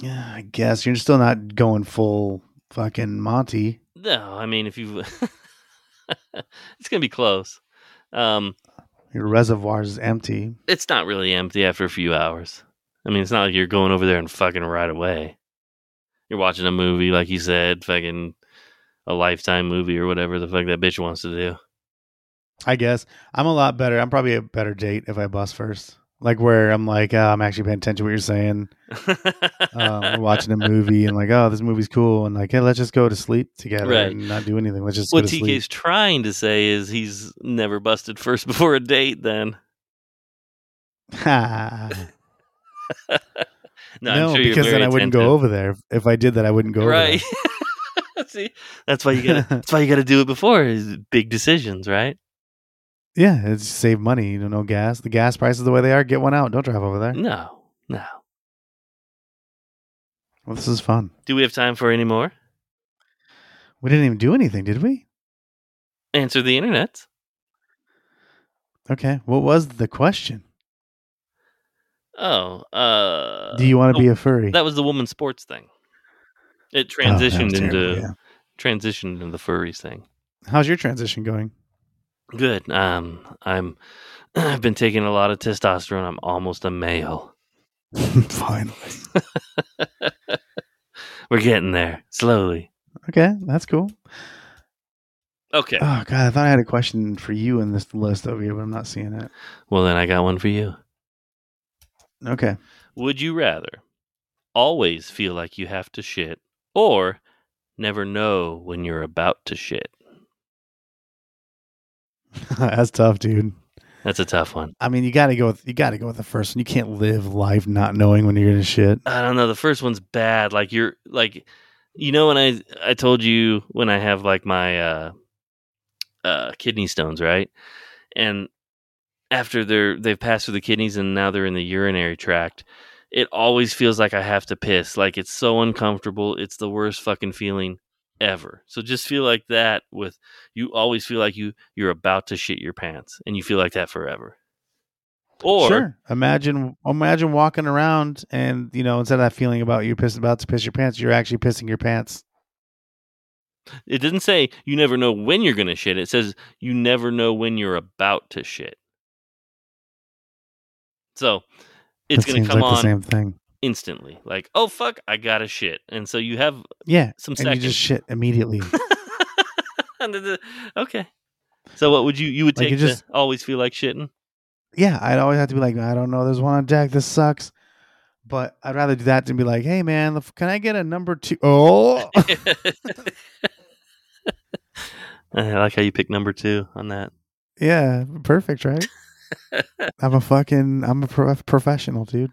Yeah, I guess you're still not going full fucking Monty.
No, I mean, if you, [laughs] it's gonna be close. Um,
Your reservoir's empty.
it's not really empty after a few hours. I mean, it's not like you're going over there and fucking right away. You're watching a movie, like you said, fucking a lifetime movie or whatever the fuck that bitch wants to do.
I guess I'm a lot better. I'm probably a better date if I bust first. Like where I'm like, oh, I'm actually paying attention to what you're saying. Um,
[laughs]
we're watching a movie and like, oh, this movie's cool, and like, hey, let's just go to sleep together
Right.
and not do anything. Let's just
what
go to sleep.
TK's trying to say is he's never busted first [laughs] before a date. Then
[laughs] Ha.
no,
no,
I'm sure
because
you're very
then I
attentive.
wouldn't go over there. If I did that, I wouldn't go
right. [laughs] See, that's why you
[laughs]
gotta. that's why you gotta do it before is big decisions, right?
over there. Yeah, it's save money. You don't know gas. The gas prices the way they are. Get one out. Don't drive over there.
No, no.
Well, this is fun.
Do we have time for any more?
We didn't even do anything, did we?
Answer the internet.
Okay. What was the question?
Oh, uh,
do you want
oh,
to be a furry?
That was the woman sports thing. It
Oh, that was
transitioned
terrible,
into
yeah.
transitioned into the furries thing.
How's your transition going?
Good. Um, I'm. [clears throat] I've been taking a lot of testosterone. I'm almost a male.
Finally.
We're getting there slowly.
Okay, that's cool.
Okay.
Oh god, I thought I had a question for you in this list over here, but I'm not seeing it.
Well, then I got one for you. [laughs]
Okay.
Would you rather always feel like you have to shit or never know when you're about to shit?
that's tough, dude.
That's a tough one.
I mean, you got to go with you got to go with the first one. You can't live life not knowing when you're going to shit.
I don't know. The first one's bad. Like you're like, you know, when I I told you when I have like my uh, uh, kidney stones, right? And after they're they've passed through the kidneys and now they're in the urinary tract, it always feels like I have to piss. Like it's so uncomfortable. It's the worst fucking feeling ever. So just feel like that with you always feel like you you're about to shit your pants and you feel like that forever. Or
sure. Imagine imagine walking around and you know instead of that feeling about you pissing about to piss your pants, you're actually pissing your pants.
it didn't say you never know when you're going to shit. It says you never know when you're about to shit. So it's
That
going
seems
to come
like the
on
same thing.
instantly. Like, oh fuck, I gotta shit, and so you have
Yeah,
some
and
seconds.
you just shit immediately.
[laughs] And then the- okay. So what would you you would
Like,
take?
it just-
to always feel like
[laughs]
shitting. [laughs]
yeah, I'd always have to be like, I don't know, there's one on deck. This sucks. But I'd rather do that than be like, hey man, the f- can I get a number two? Oh, [laughs]
I like how you pick number two on that.
yeah, perfect, right? I'm a fucking, I'm a pro- professional, dude.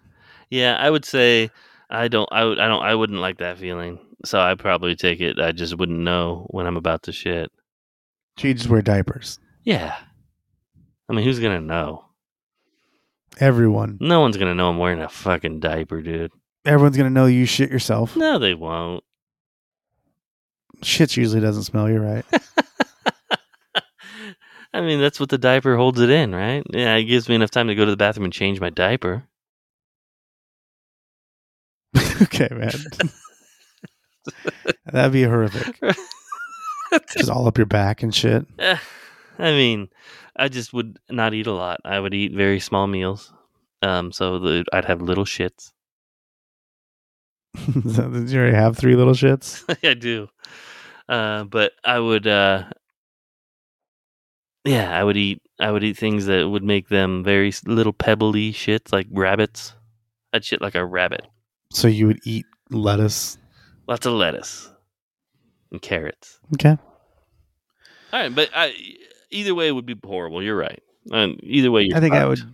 Yeah, I would say I don't. I would. I don't. I wouldn't like that feeling. So I probably take it. I just wouldn't know when I'm about to shit.
So you just wear diapers.
Yeah. I mean, who's gonna know?
Everyone,
No one's gonna know I'm wearing a fucking diaper, dude.
everyone's gonna know you shit yourself.
No, they won't.
Shit usually doesn't smell. You're right.
I mean, that's what the diaper holds it in, right? Yeah, it gives me enough time to go to the bathroom and change my diaper.
okay, man. That'd be horrific. Just all up your back and shit. [laughs]
Eh, I mean, I just would not eat a lot. I would eat very small meals. Um, so the, I'd have little shits.
Did you already have three little shits?
[laughs] I do. Uh, but I would, uh, yeah, I would eat. I would eat things that would make them very s- little pebbly shits, like rabbits. I'd shit like a rabbit.
So you would eat lettuce.
Lots of lettuce and carrots.
Okay.
All right, but I, e, either way would be horrible. You're right. And either way, you're
I think I would.
fucked.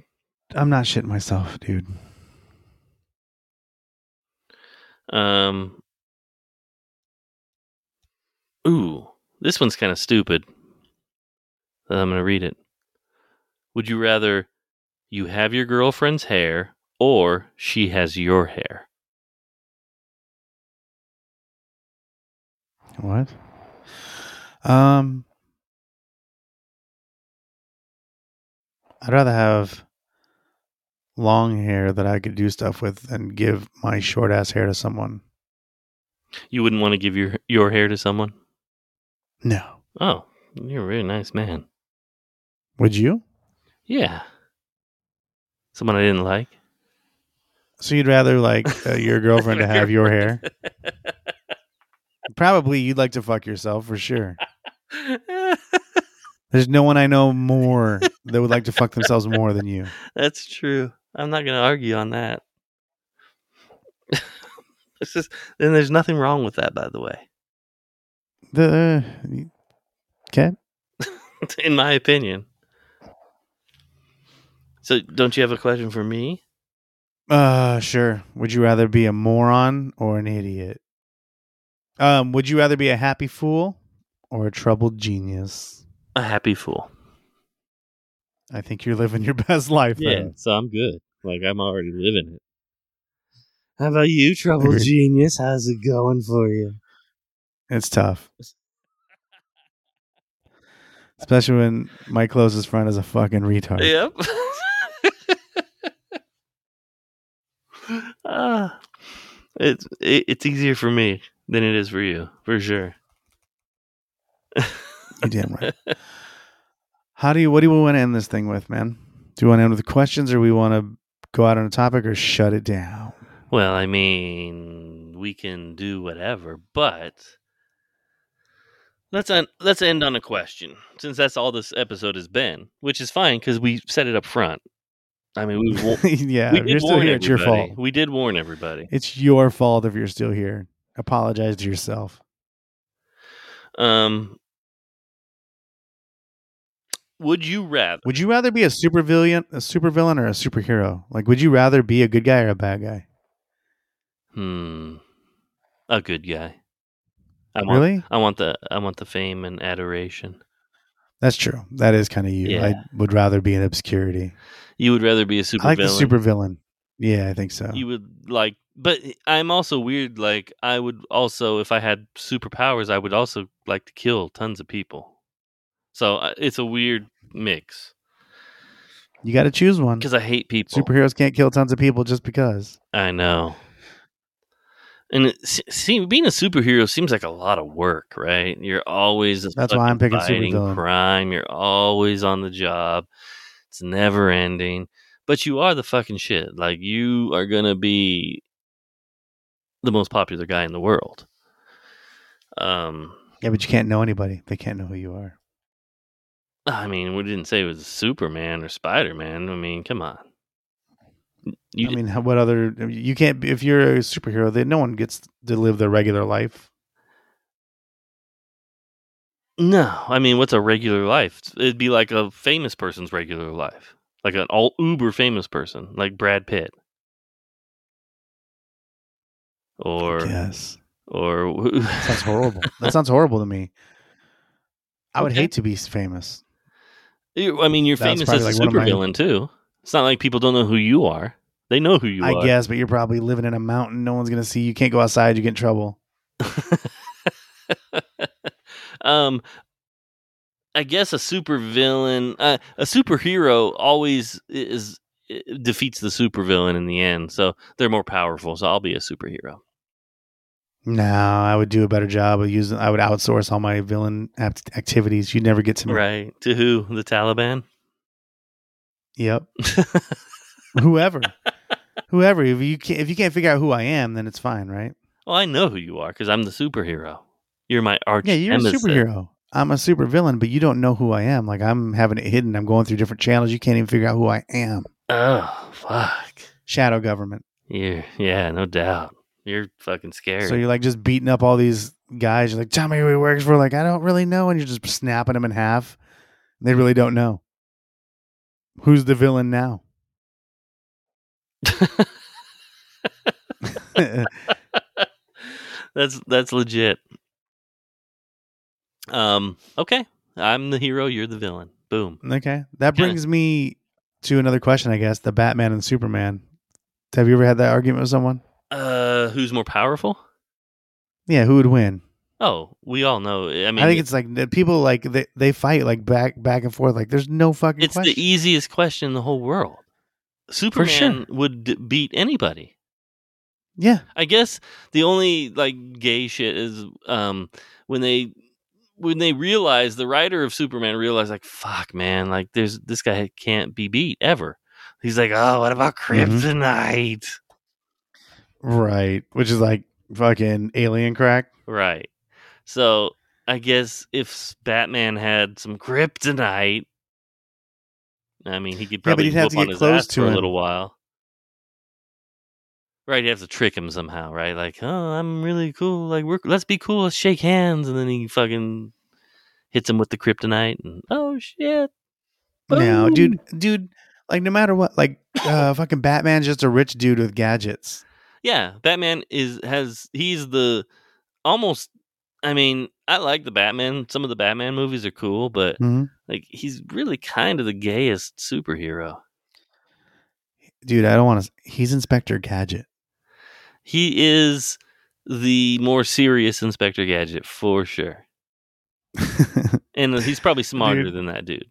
I'm not shitting myself, dude.
Um. Ooh, this one's kind of stupid. But I'm gonna read it. Would you rather you have your girlfriend's hair or she has your hair?
What? Um, I'd rather have long hair that I could do stuff with than give my short ass hair to someone.
You wouldn't want to give your your hair to someone.
No.
Oh, you're a really nice man.
Would you?
Yeah. Someone I didn't like. [laughs]
So you'd rather [laughs] like uh, your girlfriend to have your hair? Probably you'd like to fuck yourself for sure. There's no one I know more that would like to fuck themselves more than [laughs] you.
That's true. I'm not going to argue on that. [laughs] it's just, then there's nothing wrong with that, by the way,
The okay.
[laughs] in my opinion. So, don't you have a question for me?
Uh, sure. Would you rather be a moron or an idiot? Um, would you rather be a happy fool or a troubled genius?
A happy fool.
I think you're living your [laughs] best life. then.
so I'm good. Like, I'm already living it. How about you, Trouble [laughs]
Agreed.
Genius? How's it going for you?
It's tough. Especially when my closest friend is a fucking retard.
[laughs] Yep. Ah, it's it, it's easier for me than it is for you, for sure.
You damn
[laughs]
right. How do you? What do we want to end this thing with, man? Do we want to end with questions, or we want to go out on a topic, or shut it down? [laughs]
Well, I mean, we can do whatever, but let's un- let's end on a question, since that's all this episode has been, which is fine because we set it up front. I mean, we wa-
[laughs] yeah,
we
if
did
you're still
warn
here. It's your
everybody.
fault.
We did warn everybody.
It's your fault if you're still here. Apologize to yourself.
Um, would you rather?
Would you rather be a supervillain, a supervillain, or a superhero? Like, would you rather be a good guy or a bad guy?
Hmm. A good guy. I want,
Really?
I want the I want the fame and adoration.
That's true. That is kind of you.
Yeah.
I would rather be in obscurity.
You would rather be a super
I like
villain.
the supervillain. Yeah, I think so.
you would like but I'm also weird like I would also if I had superpowers I would also like to kill tons of people. So uh, it's a weird mix.
You got to choose one.
because I hate people.
Superheroes can't kill tons of people just because.
I know. And it, se- see, being a superhero seems like a lot of work, right? You're always
That's why I'm
fucking
picking
fighting
supervillain.
crime. You're always on the job. It's never ending. But you are the fucking shit. Like you are gonna be the most popular guy in the world. Um,
Yeah, but you can't know anybody. They can't know who you are.
I mean, we didn't say it was Superman or Spider Man. I mean, come on. You,
I mean, how- what other? You can't. If you're a superhero, then no one gets to live their regular life.
No, I mean, what's a regular life? It'd be like a famous person's regular life, like an all uber famous person, like Brad Pitt, or
yes,
or [laughs]
sounds horrible. [laughs] that sounds horrible to me. I would
Okay.
hate to be famous.
You- I mean, you're
That's
famous as
probably
a
like one of my-
supervillain too. It's not like people don't know who you are; they know who you
I
are.
guess, but you're probably living in a mountain. No one's gonna see you. Can't go outside. You get in trouble.
um, I guess a supervillain, uh, a superhero, always is it defeats the supervillain in the end. So they're more powerful. So I'll be a superhero.
No, I would do a better job of using. I would outsource all my villain act- activities. You'd never get to me.
Right. To who? The Taliban? [laughs]
Yep. Whoever, whoever. If you can't, if you can't figure out who I am, then it's fine, right?
well, I know who you are because I'm the superhero. You're my arch
Yeah, you're
nemesis.
a superhero. I'm a super villain, but you don't know who I am. Like I'm having it hidden. I'm going through different channels. You can't even figure out who I am.
Oh, fuck.
Shadow government.
You're, yeah, no doubt. You're fucking scary.
So you're like just beating up all these guys. You're like, tell me who he works for. Like I don't really know, and you're just snapping them in half. They really don't know. Who's the
[laughs]
villain now? [laughs]
that's that's legit. Um. Okay. I'm the hero. You're the villain. Boom.
Okay. That
Yeah.
brings me to another question, I guess. The Batman and Superman. Have you ever had that argument with someone?
Uh, who's more powerful?
Yeah, who would win?
Oh, we all know. I
I,
mean,
think it's like the people like they, they fight like back back and forth. Like there's no fucking
it's
question.
the e easiest question in the whole world. Superman would d- beat anybody.
yeah.
I guess the only like gay shit is um when they when they realize the writer of Superman realized like fuck man like there's this guy can't be beat ever. He's like oh what about
Mhm.
kryptonite?
Right. Which is like fucking alien crack.
Right. So I guess if s- Batman had some kryptonite, I mean he could
but
probably
he'd
whoop
have to
on
get
his
close
ass
to
for a
him.
little while. Right, you have to trick him somehow, right? Like, oh, I'm really cool. Like, we're let's be cool. Let's shake hands, and then he fucking hits him with the kryptonite, and oh shit.
No,
Boom.
dude dude, like no matter what, like uh fucking Batman's just a rich dude with gadgets.
Yeah, Batman is has he's the almost. I mean, I like the Batman. Some of the Batman movies are cool, but
hmm
Like he's really kind of the gayest superhero.
Dude, I don't want to he's Inspector Gadget. [laughs]
He is the more serious Inspector Gadget for sure. And
[laughs]
he's probably smarter
Dude.
than that dude. [laughs]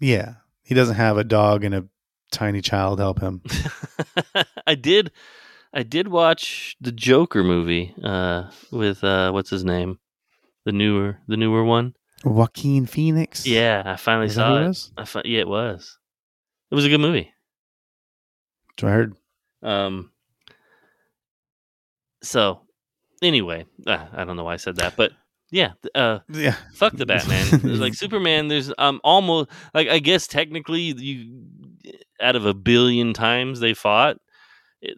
yeah. He doesn't have a dog and a tiny child help him.
I did I did watch the Joker movie uh with uh what's his name? The newer the newer one.
Joaquin Phoenix?
Yeah, I finally
Is that who
saw
it
it.
is?
I fi- yeah, it was. It was a good movie.
So I heard.
Um so anyway, uh, I don't know why I said that, but yeah, th- uh
Yeah.
fuck the Batman. There's,
[laughs]
like Superman, there's um almost like I guess technically you out of a billion times they fought, it,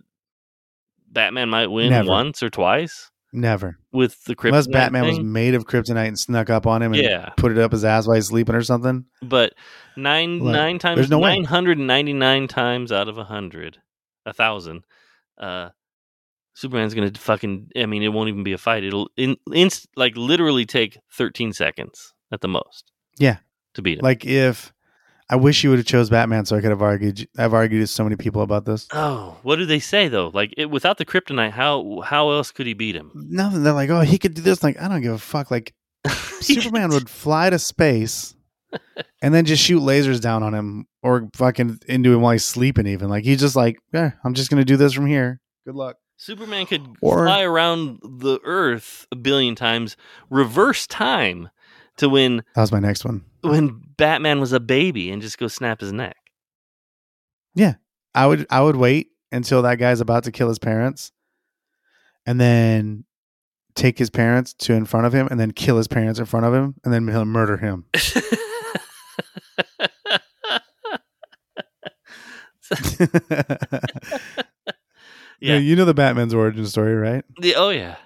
Batman might win
Never.
once or twice
Never.
with the kryptonite.
Unless Batman was
thing.
made of kryptonite and snuck up on him and
yeah,
put it up his ass while he's sleeping or something.
but nine
Like,
nine times
there's no way.
nine hundred and ninety nine times out of a hundred, a thousand, uh. Superman's gonna fucking. I mean, it won't even be a fight. It'll in, inst, like literally take thirteen seconds at the most.
Yeah.
to beat him.
Like if I wish you would have chose Batman so I could have argued I've argued with so many people about this.
Oh, what do they say though? Like it, without the kryptonite, how how else could he beat
[laughs]
him?
[laughs] Nothing. They're like, oh, he could do this. Like, I don't give a fuck. Like, Superman would fly to space and then just shoot lasers down on him or fucking into him while he's sleeping. Even like he's just like, yeah, I'm just gonna do this from here. Good luck.
[laughs] Superman could
Or-
fly around the Earth a billion times, reverse time to when
That was my next one.
when Batman was a baby and just go snap his neck.
I would I would wait until that guy's about to kill his parents, and then take his parents to in front of him, and then kill his parents in front of him, and then he'll murder him. [laughs]
Yeah.
yeah, you know the Batman's origin story, right?
The- oh yeah,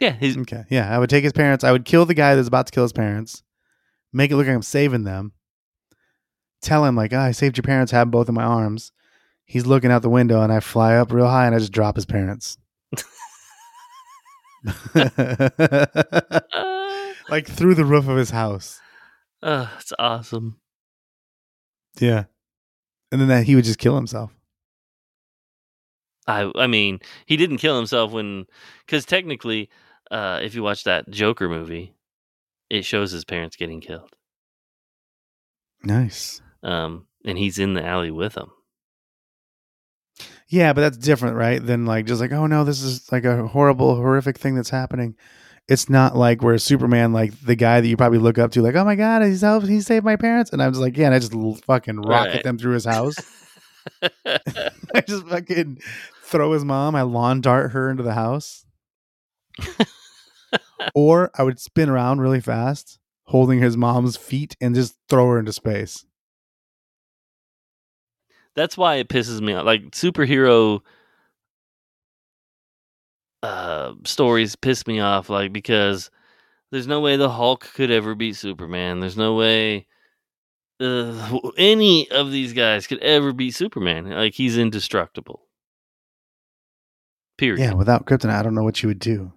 yeah. He's
[laughs] Okay. Yeah, I would take his parents. I would kill the guy that's about to kill his parents. Make it look like I'm saving them. Tell him like, "Ah, "I saved your parents. Have both in my arms." He's looking out the window, and I fly up real high, and I just drop his parents. [laughs] like
uh,
through the roof of his house.
uh, it's awesome.
Yeah, and then that he would just kill himself.
I I mean, he didn't kill himself when because technically, uh, if you watch that Joker movie, it shows his parents getting killed.
Nice.
Um, and he's in the alley with them.
Yeah, but that's different, right? Than like just like, oh no, this is like a horrible, horrific thing that's happening. It's not like where Superman, like the guy that you probably look up to, like, oh my god, he's helped, he saved my parents, and I'm just like, yeah, and I just l- fucking rocket
Right.
them through his house. [laughs] I just fucking throw his mom. I lawn dart her into the house, or I would spin around really fast, holding his mom's feet, and just throw her into space.
That's why it pisses me off. Like superhero uh stories piss me off like because there's no way the Hulk could ever beat Superman. There's no way uh, [laughs] any of these guys could ever beat Superman. Like he's indestructible. Period.
Yeah, without kryptonite, I don't know what you would do.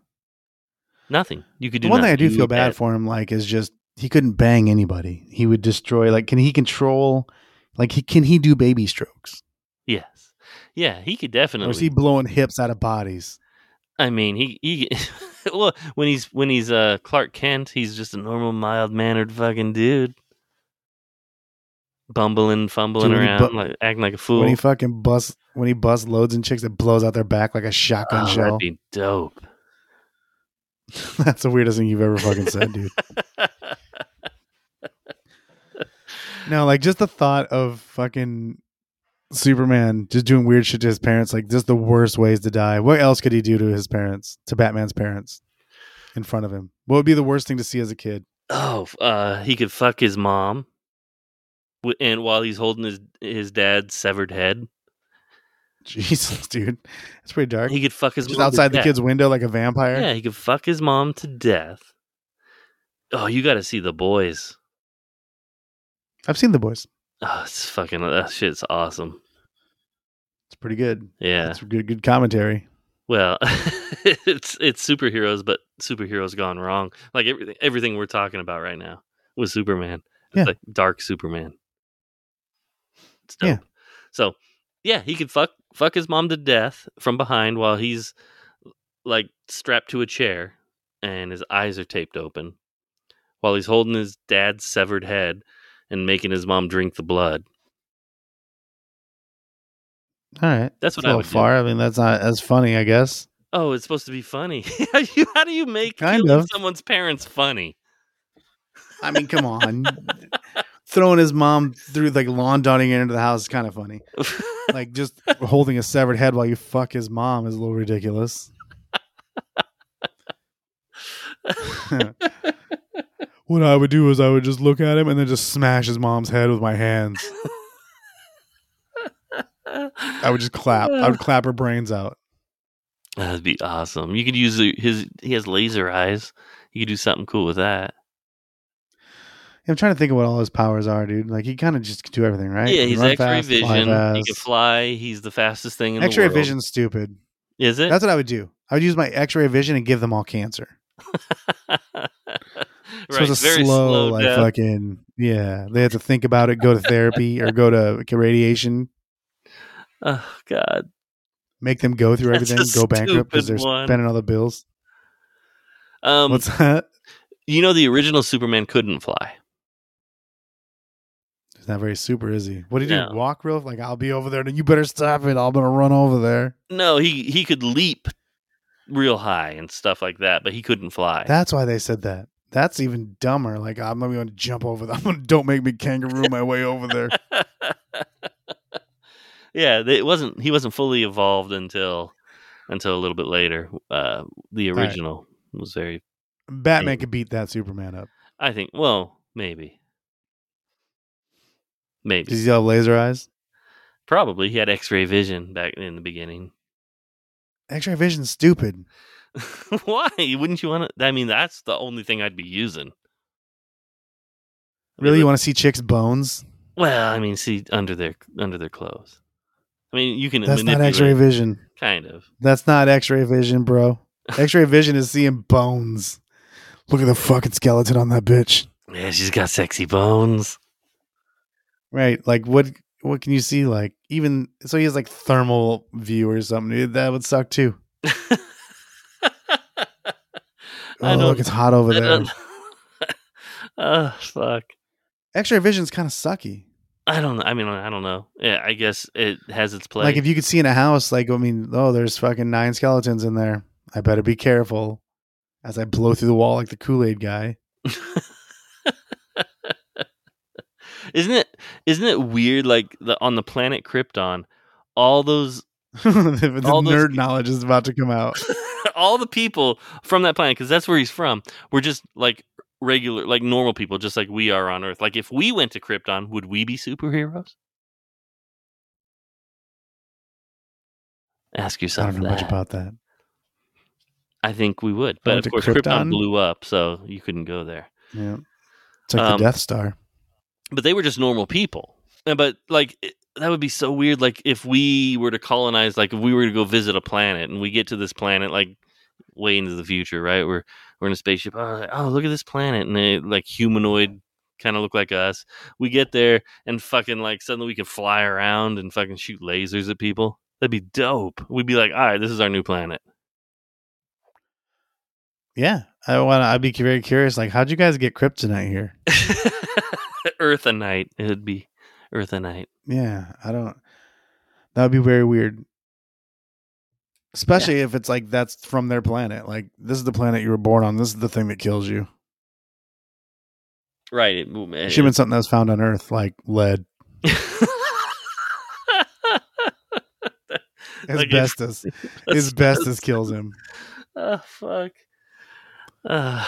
Nothing. You could do
The one thing I
nothing.
do feel bad
that.
for him, like, is just he couldn't bang anybody. He would destroy. Like, can he control? Like, he can he do baby strokes?
Yes. Yeah, he could
Or is
definitely
he blowing hips out of bodies?
I mean, he he. [laughs] well, when he's when he's uh Clark Kent, he's just a normal, mild mannered fucking dude, bumbling, fumbling
Dude, he
around,
bu-
like acting like a fool.
When he fucking busts, when he busts loads and chicks, it blows out their back like a shotgun
oh,
shell.
that'd be dope.
[laughs] That's the weirdest thing you've ever fucking
[laughs]
said, dude. No, like just the thought of fucking Superman just doing weird shit to his parents, like just the worst ways to die. What else could he do to his parents, to Batman's parents, in front of him? What would be the worst thing to see as a kid?
oh, f- uh, he could fuck his mom, wi- and while he's holding his his dad's severed head,
[laughs] Jesus, dude, that's pretty dark.
he could fuck his
just
mom to
outside the
death.
kid's window like a vampire.
Yeah, he could fuck his mom to death. Oh, you got to see the boys.
I've seen the boys.
Oh, it's fucking that shit's awesome.
It's pretty good.
Yeah.
It's good, good commentary.
Well, [laughs] it's it's superheroes, but superheroes gone wrong. Like everything, everything we're talking about right now with Superman, It's
Yeah.
like dark Superman. It's dope.
Yeah.
So, yeah, he could fuck fuck his mom to death from behind while he's like strapped to a chair and his eyes are taped open, while he's holding his dad's severed head and making his mom drink the blood.
All right,
That's
It's
what
a
I
little
would do.
far. I mean, that's not as funny, I guess.
Oh, it's supposed to be funny. [laughs] How do you- how do you make
Kind
killing
of.
someone's parents funny?
I mean, come on, [laughs] throwing his mom through like lawn darting into the house is kind of funny. [laughs] Like just holding a severed head while you fuck his mom is a
[laughs]
little ridiculous. [laughs] what I would do is I would just look at him and then just smash his mom's head with my hands. I would just clap. I would clap her brains out.
[laughs] That'd be awesome. You could use the- his. He has laser eyes. You could do something cool with that.
I'm trying to think of what all his powers are, dude. Like he kind of just could do everything, right?
Yeah,
He
he's
run
X-ray
fast, fly
vision. He
fast.
can fly. He's the fastest thing in the
X-ray
world.
vision's stupid.
is it? [laughs]
That's what I would do. I would use my X-ray vision and give them all cancer. So
right.
it's a
Very
slow,
slow.
like
death.
fucking yeah. They have to think about it, go to therapy or go to like, radiation,
oh God.
make them go through
[laughs] That's a
everything, go bankrupt because they're
stupid one.
spending all the bills.
Um,
What's that?
you know the original Superman couldn't fly.
He's not very super, is he? What do you
No.
do? Walk real? Like I'll be over there, and you better stop it. I'm gonna run over there.
No, he he could leap real high and stuff like that, but he couldn't fly.
That's why they said that. That's even dumber. Like I'm not going to jump over. That. [laughs] I'm gonna don't make me kangaroo my way
[laughs]
over there.
yeah, they- it wasn't. He wasn't fully evolved until until a little bit later. Uh, the
right.
original was very.
Batman could beat that Superman up.
I think. Well, maybe. Maybe.
Does he have laser eyes?
Probably. He had X-ray vision back in the beginning. [laughs]
X-ray vision's stupid.
Why wouldn't you want to? I mean, that's the only thing I'd be using. I mean,
Really,
look-
you want to see chicks' bones?
Well, I mean, see under their under their clothes. I mean, you can
That's not
manipulate.
X-ray vision.
Kind of.
That's not X-ray
[laughs]
vision, bro. X-ray vision is seeing bones. Look at the fucking skeleton on that bitch.
Yeah, she's got sexy bones.
Right? Like what? What can you see? Like even so, he has like thermal view or something. Dude, That would suck too. Oh,
I
look,
don't.
it's hot
[laughs]
over
I
there.
don't [laughs] oh fuck!
X-ray vision's kind of sucky.
I don't. know. I mean, I don't know. Yeah, I guess it has its place.
Like if you could see in a house, like I mean, oh, there's fucking nine skeletons in there. I better be careful as I blow through the wall like the Kool Aid guy. [laughs]
isn't it? Isn't it weird? Like the on the planet Krypton, all those [laughs]
the
All those-
nerd knowledge is about to come out.
all the people from that planet because that's where he's from were just like regular like normal people just like we are on earth like if we went to krypton would we be superheroes ask
I
yourself
don't know
that.
much about that.
i think we would but
went
of
to
course krypton?
Krypton?
blew up so you couldn't go there
Yeah, it's like
Um,
the Death Star.
but they were just normal people And- but like it- that would be so weird like if we were to colonize like if we were to go visit a planet and we get to this planet like way into the future, right? We're we're in a spaceship. Oh, like, oh, look at this planet, and they like humanoid, kind of look like us. We get there, and fucking like suddenly we can fly around and fucking shoot lasers at people. That'd be dope. We'd be like, all right, this is our new planet. [laughs]
Yeah, I want. I'd be very curious. Like, how'd you guys get kryptonite here?
Earth a night. It'd be Earth a night.
Yeah, I don't. That would be very weird. Especially if it's like that's from their planet. Like this is the planet you were born on. This is the thing that kills you.
Right. It, eh. it, [laughs]
It should have been something that was found on Earth, like lead,
[laughs] Like,
asbestos. asbestos kills him.
oh fuck. Uh,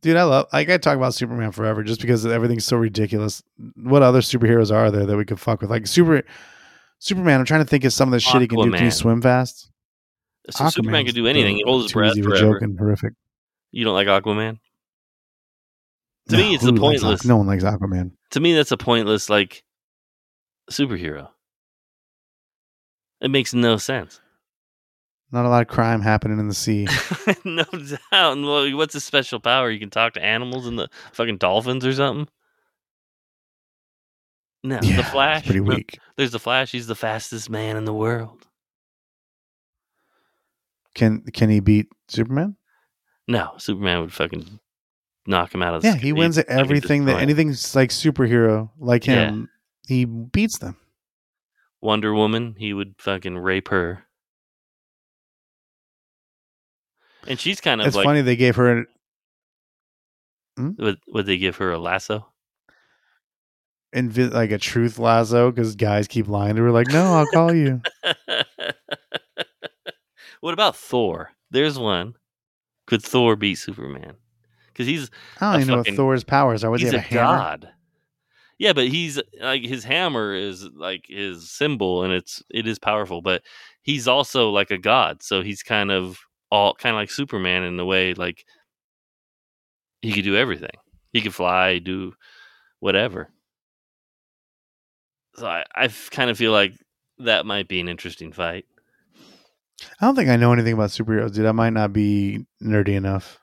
Dude, I love. Like I talk about Superman forever, just because everything's so ridiculous. What other superheroes are there that we could fuck with? Like super, Superman. I'm trying to think of some of the shit he can do. Can
Aquaman.
you swim fast?
so Superman
Aquaman's
could do anything. He holds his
too
breath
easy of a
forever.
joke and horrific.
You don't like Aquaman? To me, it's
who
the
likes Aqu-
pointless.
no one likes Aquaman.
to me that's a pointless like superhero it makes no sense [laughs]
Not a lot of crime happening in the sea.
no doubt And what- what's a special power you can talk to animals and the fucking dolphins or something no the
Yeah,
flash
It's pretty
no.
weak.
there's the flash he's the fastest man in the world
Can can he beat Superman?
no superman would fucking knock him out of the
Yeah, he
sky.
wins at
He'd fucking
everything that
destroy him.
anything's like superhero like him. He beats them.
wonder woman he would fucking rape her and she's kind of
it's
like
funny they gave her.
would, would they give her a lasso [laughs]
Invi- like a truth lasso because guys keep lying to her like no i'll
[laughs]
call you
what about Thor? There's one. Could Thor beat Superman? Because he's
i don't
A
even know what
fucking-
thor's powers are what do
he's
they
a,
have a hammer?
god. Yeah, but he's like his hammer is like his symbol, and it's it is powerful. But he's also like a god, so he's kind of all kind of like Superman in the way like he could do everything. He could fly, do whatever. So I, I kind of feel like that might be an interesting fight. [laughs]
i don't think i know anything about superheroes dude i might not be nerdy enough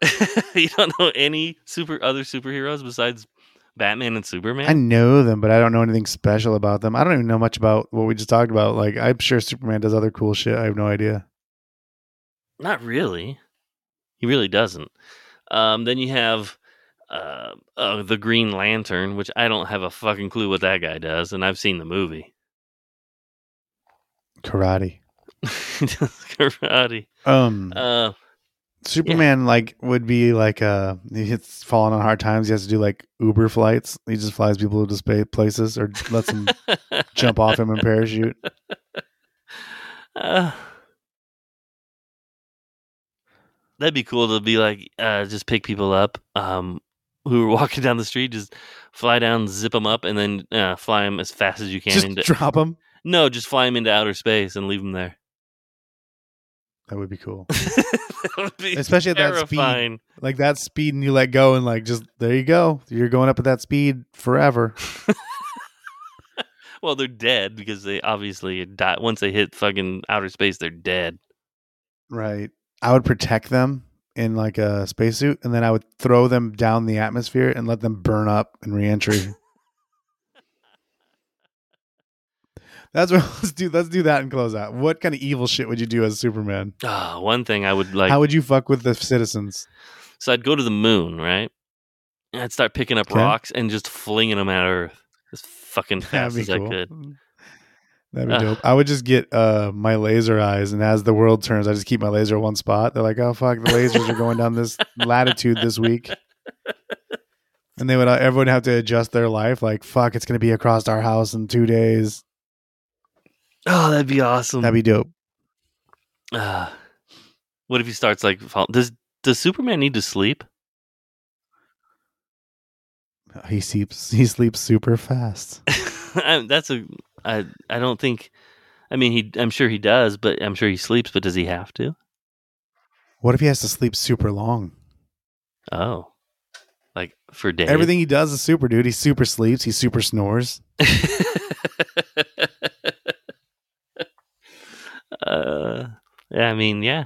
you don't know any super other superheroes besides Batman and
i
Superman?
know them but i don't know anything special about them i don't even know much about what we just talked about like i'm sure superman does other cool shit i have no idea
Not really. He really doesn't. Um, then you have uh, uh, the Green Lantern, which I don't have a fucking clue what that guy does, and I've seen the movie. [laughs]
Karate.
He does karate.
Um,
Uh,
Superman like would be like uh he hits falling on hard times. He has to do like Uber flights. He just flies people to space places or
[laughs]
lets them jump off him in parachute.
Uh, that'd be cool to be like, uh, just pick people up um, who are [laughs] walking down the street, just fly down, zip them up, and then uh, fly them as fast as you can.
Just
into,
drop him.
no, just fly them into outer space and leave them there. [laughs]
That would be cool.
that would [laughs] be
[laughs] Especially at that speed.
terrifying.
Like that speed and you let go and like just there you go. You're going up at that speed forever.
Well, they're dead because they obviously die. Once they hit fucking outer space, they're dead.
Right. I would protect them in like a spacesuit and then I would throw them down the atmosphere and let them burn up
[laughs]
in reentry. That's what [laughs] let's do. Let's do that and close out. What kind of evil shit would you do as Superman?
Ah, one thing I would like.
How would you fuck with the citizens?
So I'd go to the moon, right? And I'd start picking up
Okay.
rocks and just flinging them at Earth as [laughs]
[laughs]
fucking fast as I could.
Mm.
Ah.
That'd be
Ugh.
dope. I would just get uh, my laser eyes, and as the world turns, I just keep my laser at one spot. They're like, "Oh fuck, the lasers are going
[laughs]
down this latitude this week," and they would uh, everyone would have to adjust their life. Like, fuck, it's gonna be across our house in two days.
Oh, that'd be awesome.
That'd be dope.
Ah. what if he starts like fall- does does Superman need to sleep? [laughs]
He sleeps. He sleeps super fast.
I, that's a I I don't think I mean he I'm sure he does, but I'm sure he sleeps, but does he have to?
What if he has to sleep super long?
Oh. Like for days.
Everything he does is super, dude. He super sleeps. He super snores.
[laughs] uh, yeah, I mean, yeah.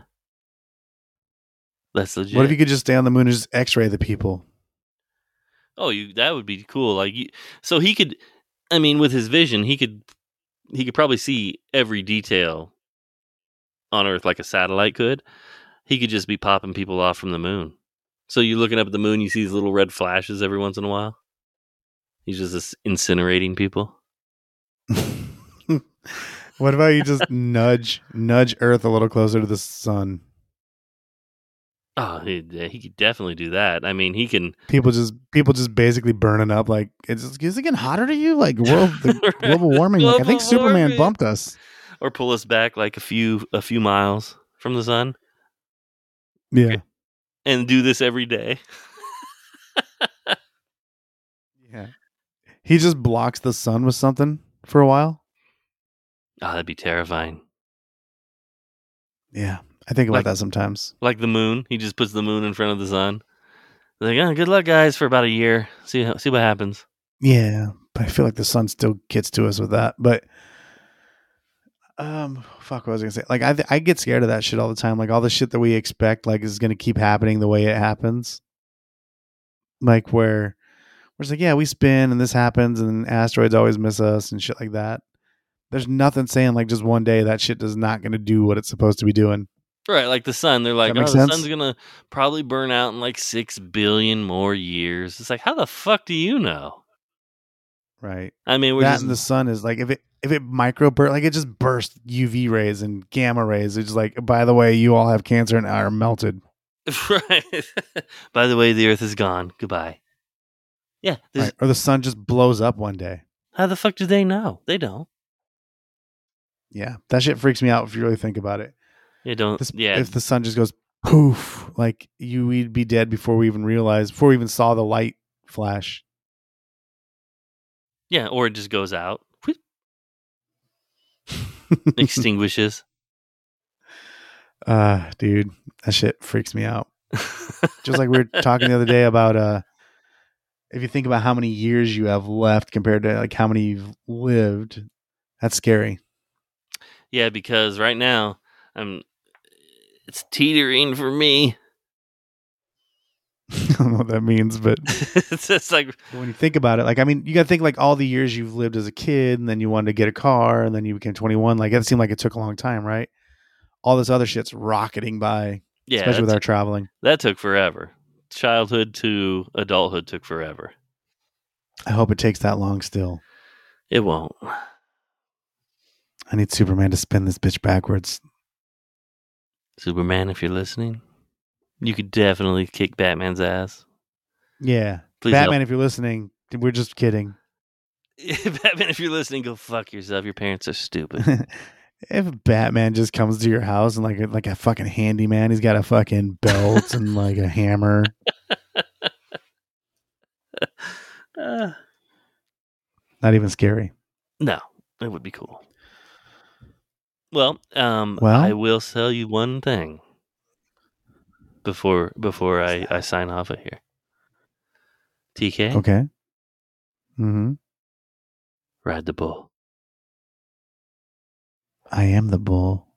That's legit.
What if you could just stay on the moon and just X-ray the people?
oh, you that would be cool. Like, you, so he could. I mean, with his vision, he could he could probably see every detail on Earth like a satellite could. He could just be popping people off from the moon. So you're looking up at the moon, you see these little red flashes every once in a while. He's just incinerating people.
[laughs] What about you just nudge nudge Earth a little closer to the sun?
Oh, he, he could definitely do that. I mean, he can.
People just people just basically burning up. Like it's just, is it getting hotter to you? Like
[laughs]
world the global warming. like, I think
Global
Superman
warming.
bumped us.
or pull us back like a few a few miles from the sun
Yeah,
and do this every day.
yeah. He just blocks the sun with something for a while.
Oh, that'd be terrifying.
Yeah, I think
Like-
about that sometimes.
Like the moon, he just puts the moon in front of the sun. Like, oh, good luck, guys, for about a year. See how, see what happens.
Yeah, but I feel like the sun still gets to us with that. But um, fuck, what was I gonna say? Like I th- I get scared of that shit all the time. Like all the shit that we expect, like is gonna keep happening the way it happens. Like where we're just like, yeah, we spin and this happens, and asteroids always miss us and shit like that. There's nothing saying like just one day that shit is not gonna do what it's supposed to be doing.
Right, like the sun. They're like,
That
oh, the
makes sense.
sun's gonna probably burn out in like six billion more years. It's like, how the fuck do you know?
Right.
I mean, we're
that
just
and the sun is like if it if it micro burst like it just bursts UV rays and gamma rays. It's like by the way, you all have cancer and are melted.
[laughs] right. By the way, the Earth is gone. Goodbye. Yeah, there's,
Right. Or the sun just blows up one day.
how the fuck do they know? They don't.
Yeah, that shit freaks me out if you really think about it.
They don't.
This-
yeah,
If the sun just goes poof, like you, we'd be dead before we even realized, before we even saw the light flash.
Yeah, or it just goes out,
[laughs]
whoop, [laughs] extinguishes. [laughs]
Uh, dude, that shit freaks me out. Just like we were talking the other day about uh, if you think about how many years you have left compared to like how many you've lived, that's scary.
yeah, because right now I'm it's teetering for me. [laughs]
[laughs] I don't know what that means, but
it's just like
But when you think about it, like I mean, you got to think like all the years you've lived as a kid, and then you wanted to get a car, and then you became 21. Like it seemed like it took a long time, right? All this other shit's rocketing by,
yeah,
especially with
that's-
our traveling.
that took forever. childhood to adulthood took forever.
I hope it takes that long still.
It won't.
I need Superman to spin this bitch backwards.
Superman, if you're listening, you could definitely kick Batman's ass.
Yeah.
Please
Batman, if you're listening, we're just kidding. [laughs]
help. [laughs] Batman, if you're listening, go fuck yourself. Your parents are stupid.
[laughs] if Batman just comes to your house and like a, like a fucking handyman, he's got a fucking belt and like a hammer.
Uh,
Not
[laughs]
even scary.
no, it would be cool. Well, um,
Well?
I will sell you one thing before before I, I sign off of here. TK,
Okay. Mm-hmm.
ride the bull.
I am the bull.